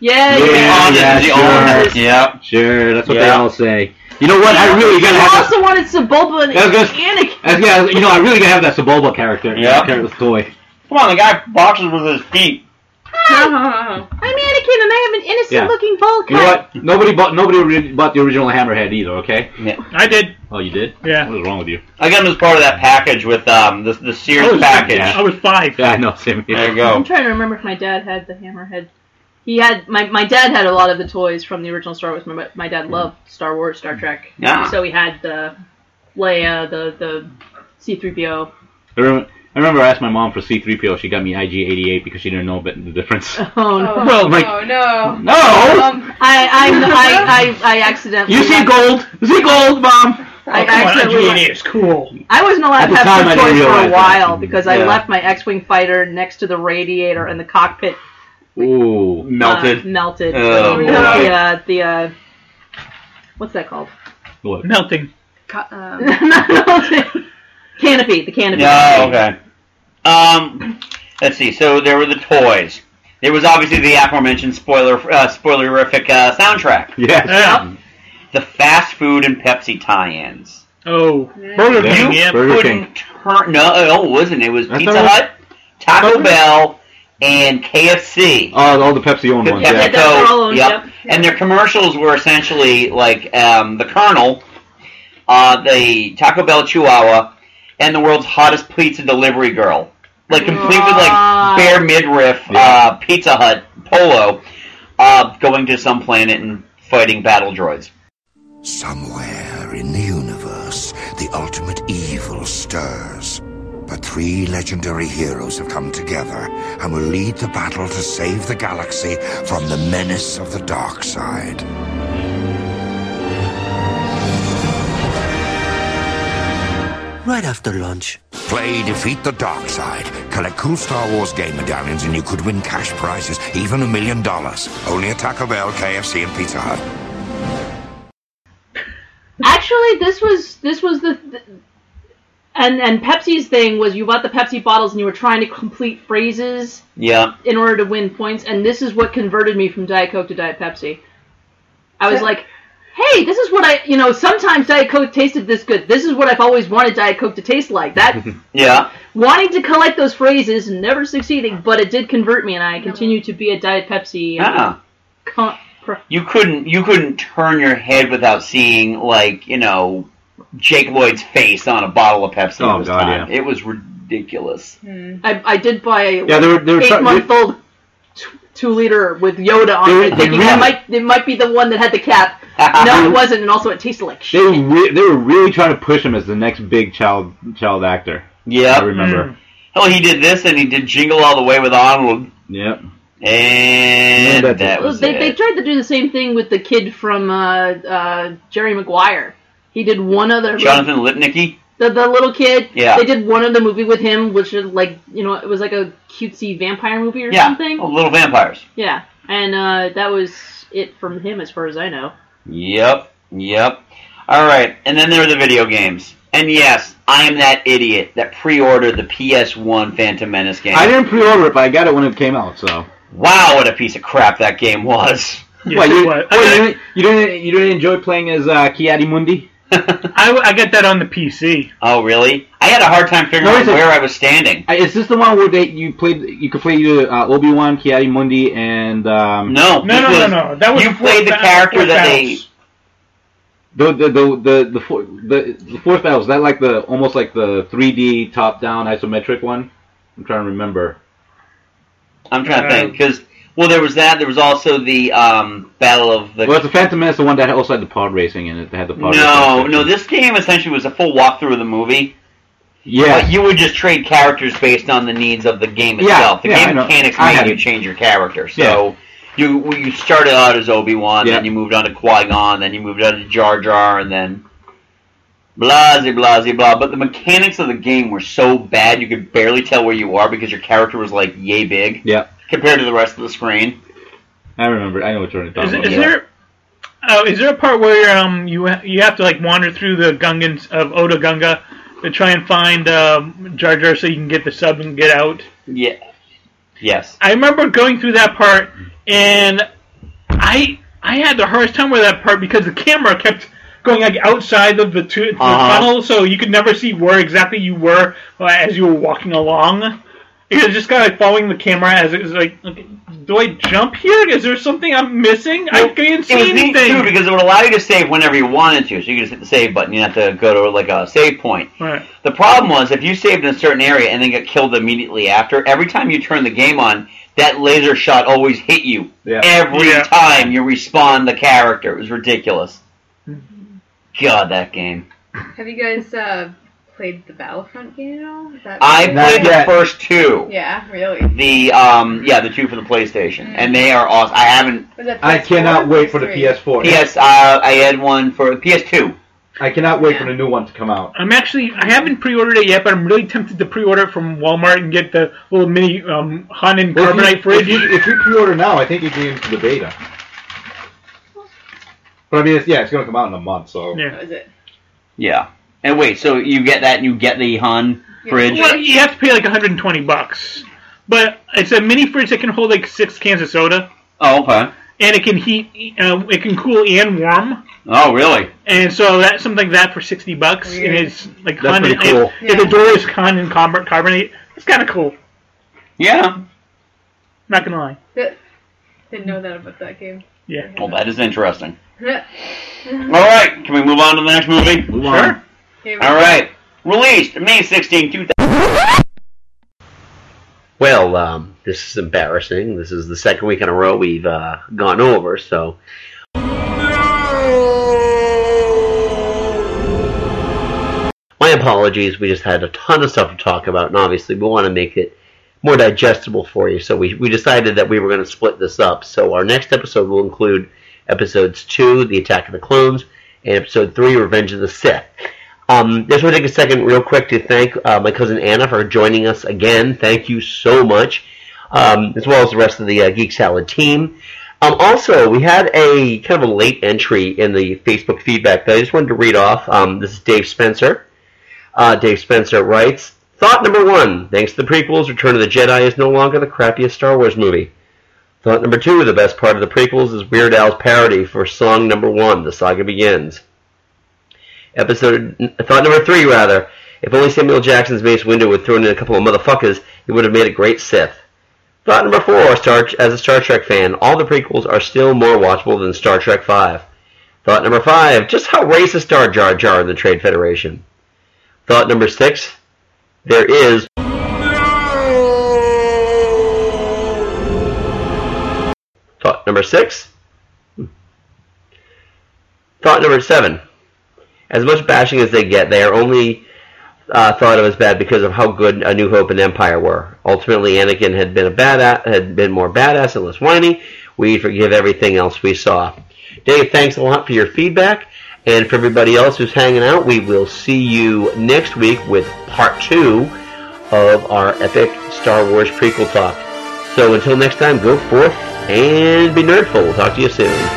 Speaker 7: yeah,
Speaker 6: Yeah,
Speaker 7: yeah.
Speaker 6: yeah,
Speaker 3: the
Speaker 6: sure.
Speaker 3: owners, yeah.
Speaker 6: Sure, that's what they
Speaker 3: Yeah.
Speaker 6: all say. You know what? I really gotta
Speaker 7: I
Speaker 6: have that.
Speaker 7: also wanted Sebulba and
Speaker 6: I was gonna-
Speaker 7: Anakin.
Speaker 6: I was gonna- you know, I really gotta have that Sebulba character. uh,
Speaker 3: Yeah.
Speaker 6: Character toy.
Speaker 3: Come on, the guy boxes with his feet.
Speaker 7: I'm Anakin, and I have an innocent
Speaker 6: Yeah.
Speaker 7: looking ball cut.
Speaker 6: You know what? Nobody bought nobody re- bought the original Hammerhead either. Okay.
Speaker 3: Yeah.
Speaker 5: I did.
Speaker 6: Oh, you did?
Speaker 5: Yeah.
Speaker 6: What is wrong with you?
Speaker 3: I got him as part of that package with um, the the
Speaker 5: I
Speaker 6: Oh,
Speaker 3: Sears
Speaker 5: was,
Speaker 3: package.
Speaker 5: I was five.
Speaker 6: Yeah, I know. Same here.
Speaker 3: There you
Speaker 7: I'm
Speaker 3: go.
Speaker 7: trying to remember if my dad had the hammerhead. He had my, my dad had a lot of the toys from the original Star Wars. My, my
Speaker 6: Hmm.
Speaker 7: dad loved Star Wars, Star Trek.
Speaker 3: Yeah.
Speaker 7: So he had the Leia, the the C-3PO.
Speaker 6: I remember, I remember I asked my mom for C3PO. She got me IG88 because she didn't know but the difference.
Speaker 7: Oh, no.
Speaker 6: Well, like,
Speaker 4: oh no.
Speaker 6: no!
Speaker 4: Um,
Speaker 7: I, I, I, I accidentally.
Speaker 6: you see gold! You see gold, Mom!
Speaker 7: I
Speaker 5: Come on,
Speaker 7: accidentally.
Speaker 5: IGN is cool.
Speaker 7: I wasn't allowed
Speaker 6: E. At
Speaker 7: to
Speaker 6: the
Speaker 7: have
Speaker 6: time, I
Speaker 7: some
Speaker 6: didn't
Speaker 7: toys for a
Speaker 6: realize
Speaker 7: while
Speaker 6: that.
Speaker 7: because I
Speaker 6: Yeah.
Speaker 7: left my X-wing fighter next to the radiator in the cockpit.
Speaker 6: Ooh.
Speaker 7: Uh,
Speaker 3: Melted.
Speaker 7: melted.
Speaker 3: Oh,
Speaker 7: the,
Speaker 3: boy.
Speaker 7: uh, the uh, what's that called?
Speaker 6: Look.
Speaker 5: Melting.
Speaker 4: co- um,
Speaker 7: Not melted. Canopy. The canopy.
Speaker 3: Yeah, okay. Um, let's see. So there were the toys. There was obviously the aforementioned spoiler uh, spoilerific uh, soundtrack.
Speaker 6: Yes.
Speaker 5: Yeah.
Speaker 3: The fast food and Pepsi tie-ins.
Speaker 5: Oh, Burger
Speaker 6: Yeah.
Speaker 5: King. Yeah.
Speaker 6: Burger
Speaker 3: Couldn't turn. No, oh, it wasn't. It was
Speaker 6: I
Speaker 3: Pizza
Speaker 6: thought it was-
Speaker 3: Hut, Taco
Speaker 6: Burger-
Speaker 3: Bell, and KFC.
Speaker 6: Oh, all the Pepsi owned
Speaker 3: The
Speaker 6: ones.
Speaker 7: Yeah,
Speaker 6: Yeah.
Speaker 3: Pepsi
Speaker 7: that's
Speaker 3: Coke,
Speaker 7: all owned,
Speaker 3: yep.
Speaker 7: yep.
Speaker 3: And their commercials were essentially like um, the Colonel, uh, the Taco Bell Chihuahua, and the world's hottest pizza delivery girl. Like complete with
Speaker 7: Right.
Speaker 3: like bare midriff uh, Pizza Hut polo, uh, going to some planet and fighting battle droids.
Speaker 10: Somewhere in the universe, the ultimate evil stirs. But three legendary heroes have come together and will lead the battle to save the galaxy from the menace of the dark side.
Speaker 8: Right after lunch.
Speaker 10: Play Defeat the Dark Side. Collect cool Star Wars game medallions and you could win cash prizes, even a million dollars. Only at Taco Bell, KFC, and Pizza Hut.
Speaker 7: Actually, this was this was the, the and and Pepsi's thing was you bought the Pepsi bottles and you were trying to complete phrases
Speaker 3: Yeah,
Speaker 7: in order to win points, and this is what converted me from Diet Coke to Diet Pepsi. I was like, hey, this is what I you know sometimes Diet Coke tasted this good. This is what I've always wanted Diet Coke to taste like. That
Speaker 3: yeah.
Speaker 7: wanting to collect those phrases and never succeeding, but it did convert me, and I continue to be a Diet Pepsi.
Speaker 3: Ah.
Speaker 7: Con- pro-
Speaker 3: you couldn't you couldn't turn your head without seeing like you know Jake Lloyd's face on a bottle of Pepsi.
Speaker 6: Oh,
Speaker 3: this
Speaker 6: God,
Speaker 3: time. It was ridiculous.
Speaker 7: I, I did buy a
Speaker 6: Yeah, they were- they were try-
Speaker 7: eight month old two liter with Yoda on
Speaker 6: They were-
Speaker 7: it,
Speaker 6: they
Speaker 7: thinking
Speaker 6: really-
Speaker 7: that might it might be the one that had the cap. No, it wasn't, and also it tasted like shit.
Speaker 6: They re- they were really trying to push him as the next big child child actor.
Speaker 3: Yeah,
Speaker 6: I
Speaker 5: Mm.
Speaker 6: remember.
Speaker 3: Hell, he did this and he did Jingle All the Way with Arnold.
Speaker 6: Yep.
Speaker 3: And
Speaker 6: Yeah, that's
Speaker 3: that
Speaker 6: it.
Speaker 7: Well,
Speaker 3: was
Speaker 7: they,
Speaker 3: it.
Speaker 7: they tried to do the same thing with the kid from uh, uh, Jerry Maguire. He did one other
Speaker 3: Jonathan Lipnicki.
Speaker 7: the, the little kid.
Speaker 3: Yeah.
Speaker 7: They did one other movie with him, which is like you know it was like a cutesy vampire movie or
Speaker 3: Yeah,
Speaker 7: something.
Speaker 3: oh, Little Vampires.
Speaker 7: Yeah, and uh, that was it from him as far as I know.
Speaker 3: Yep, yep. All right, and then there are the video games. And yes, I am that idiot that pre-ordered the PS1 Phantom Menace game.
Speaker 6: I didn't pre-order it, but I got it when it came out. So.
Speaker 3: Wow, what a piece of crap that game was.
Speaker 6: what, you, what, you, didn't, you didn't you didn't enjoy playing as uh, Kiadi Mundi?
Speaker 5: I, I got that on the PC.
Speaker 3: Oh, really? I had a hard time figuring
Speaker 6: No,
Speaker 3: out
Speaker 6: it's a-
Speaker 3: where I was standing.
Speaker 6: I- Uh, Is this the one where they you played you could play either uh, Obi Wan, Kiadi Mundi, and um,
Speaker 3: No,
Speaker 5: No, no, no, no. That was
Speaker 3: you played the
Speaker 5: fourth ba-
Speaker 3: character
Speaker 5: fourth
Speaker 3: that they.
Speaker 5: battles.
Speaker 6: The the the the the, four, the the fourth battle is that like the almost like the 3D top down isometric one? I'm trying to remember.
Speaker 3: I'm trying to
Speaker 6: Uh,
Speaker 3: think because well, there was that. There was also the um, Battle of the.
Speaker 6: Well, it's the Phantom Menace, the one that also had the pod racing in it. That had the pod.
Speaker 3: no,
Speaker 6: racing
Speaker 3: no. This game essentially was a full walkthrough of the movie.
Speaker 6: Yeah.
Speaker 3: But you would just trade characters based on the needs of the game
Speaker 6: Yeah,
Speaker 3: itself. the
Speaker 6: yeah, I
Speaker 3: game
Speaker 6: know.
Speaker 3: mechanics
Speaker 6: I
Speaker 3: made
Speaker 6: had
Speaker 3: you
Speaker 6: it.
Speaker 3: change your character. So you well, you started out as Obi Wan,
Speaker 6: Yeah.
Speaker 3: then you moved on to Qui Gon, then you moved on to Jar Jar, and then blah zee, blah zee, blah. But the mechanics of the game were so bad you could barely tell where you are because your character was like yay big
Speaker 6: Yeah,
Speaker 3: compared to the rest of the screen.
Speaker 6: I remember. I know what you're talking
Speaker 5: Is,
Speaker 6: about.
Speaker 5: is
Speaker 6: yeah.
Speaker 5: there? Oh, is there a part where um you ha- you have to like wander through the Gungans of Oda Gunga to try and find um, Jar Jar so you can get the sub and get out?
Speaker 3: Yeah. Yes.
Speaker 5: I remember going through that part, and I I had the hardest time with that part because the camera kept going like outside of the, tu- the
Speaker 3: Uh-huh.
Speaker 5: tunnel, so you could never see where exactly you were uh, as you were walking along. You was just kind of like following the camera as it was like, okay, do I jump here? Is there something I'm missing? I can't see
Speaker 3: It was neat
Speaker 5: anything.
Speaker 3: too because it would allow you to save whenever you wanted to. So you could just hit the save button. You didn't have to go to like a save point.
Speaker 5: Right.
Speaker 3: The problem was if you saved in a certain area and then got killed immediately after, every time you turned the game on, that laser shot always hit you.
Speaker 6: Yeah.
Speaker 3: Every
Speaker 5: Yeah.
Speaker 3: time you respawn the character. It was ridiculous.
Speaker 6: Mm-hmm.
Speaker 3: God, that game.
Speaker 4: Have you guys uh, played the Battlefront game at all? Is that
Speaker 3: I played the
Speaker 6: yet.
Speaker 3: first two.
Speaker 4: Yeah, really.
Speaker 3: The um yeah, the two for the PlayStation. And they are awesome. I haven't
Speaker 4: Was that
Speaker 6: I
Speaker 4: PS4
Speaker 6: cannot
Speaker 4: or
Speaker 6: wait for the
Speaker 4: PS3?
Speaker 6: PS4.
Speaker 3: PS uh, I had one for PS two.
Speaker 6: I cannot wait for the new one to come out.
Speaker 5: I'm actually I haven't pre-ordered it yet, but I'm really tempted to pre-order it from Walmart and get the little mini um, Han and
Speaker 6: Well,
Speaker 5: Carbonite
Speaker 6: if, you,
Speaker 5: fridge.
Speaker 6: if, you, if you pre-order now, I think you can get into the beta. But I mean, it's, yeah, it's going to come out in a month, so
Speaker 5: Yeah.
Speaker 4: What was it?
Speaker 3: Yeah. And wait, so you get that and you get the Han fridge.
Speaker 5: Well, you have to pay like 120 bucks, but it's a mini fridge that can hold like six cans of soda,
Speaker 3: Oh, okay.
Speaker 5: and it can heat, uh, it can cool and warm,
Speaker 3: Oh, really?
Speaker 5: and so that's something like that for 60 bucks, and it's like
Speaker 6: That's
Speaker 5: Hun
Speaker 6: pretty
Speaker 5: and-
Speaker 6: cool.
Speaker 5: If, if the door is con and carb- carbonate, it's kind of cool.
Speaker 3: Yeah.
Speaker 5: Not gonna lie.
Speaker 4: That- Didn't know that about that game.
Speaker 5: Yeah.
Speaker 3: Well, that is interesting.
Speaker 4: okay,
Speaker 3: All right, can we move on to the next movie?
Speaker 6: move
Speaker 5: Sure.
Speaker 6: on.
Speaker 4: we-
Speaker 3: All right, released May 16, 2000.
Speaker 13: Well, um, this is embarrassing. This is the second week in a row we've uh, gone over, so. My apologies. We just had a ton of stuff to talk about, and obviously we want to make it more digestible for you, so we, we decided that we were going to split this up. So our next episode will include episodes 2, The Attack of the Clones, and episode 3, Revenge of the Sith. Um, just want to take a second, real quick, to thank uh, my cousin Anna for joining us again. Thank you so much, um, as well as the rest of the uh, Geek Salad team. Um, also, we had a kind of a late entry in the Facebook feedback that I just wanted to read off. Um, this is Dave Spencer. Uh, Dave Spencer writes Thought number one thanks to the prequels, Return of the Jedi is no longer the crappiest Star Wars movie. Thought number two the best part of the prequels is Weird Al's parody for song number one, The Saga Begins. Episode thought number three, rather. If only Samuel Jackson's Mace Windu would throw in a couple of motherfuckers, he would have made a great Sith. Thought number four, Star, as a Star Trek fan, all the prequels are still more watchable than Star Trek V. Thought
Speaker 3: Thought number five, just how racist are Jar Jar and the Trade Federation? Thought number six, there is. Thought number six. Thought number seven. As much bashing as they get, they are only uh, thought of as bad because of how good A New Hope and Empire were. Ultimately, Anakin had been a bad had been more badass and less whiny. We forgive everything else we saw. Dave, thanks a lot for your feedback. And for everybody else who's hanging out, we will see you next week with part two of our epic Star Wars prequel talk. So until next time, go forth and be nerdful. We'll talk to you soon.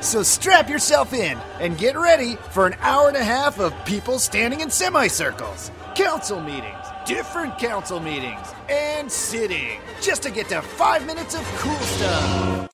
Speaker 10: So strap yourself in and get ready for an hour and a half of people standing in semicircles, council meetings, different council meetings, and sitting just to get to five minutes of cool stuff.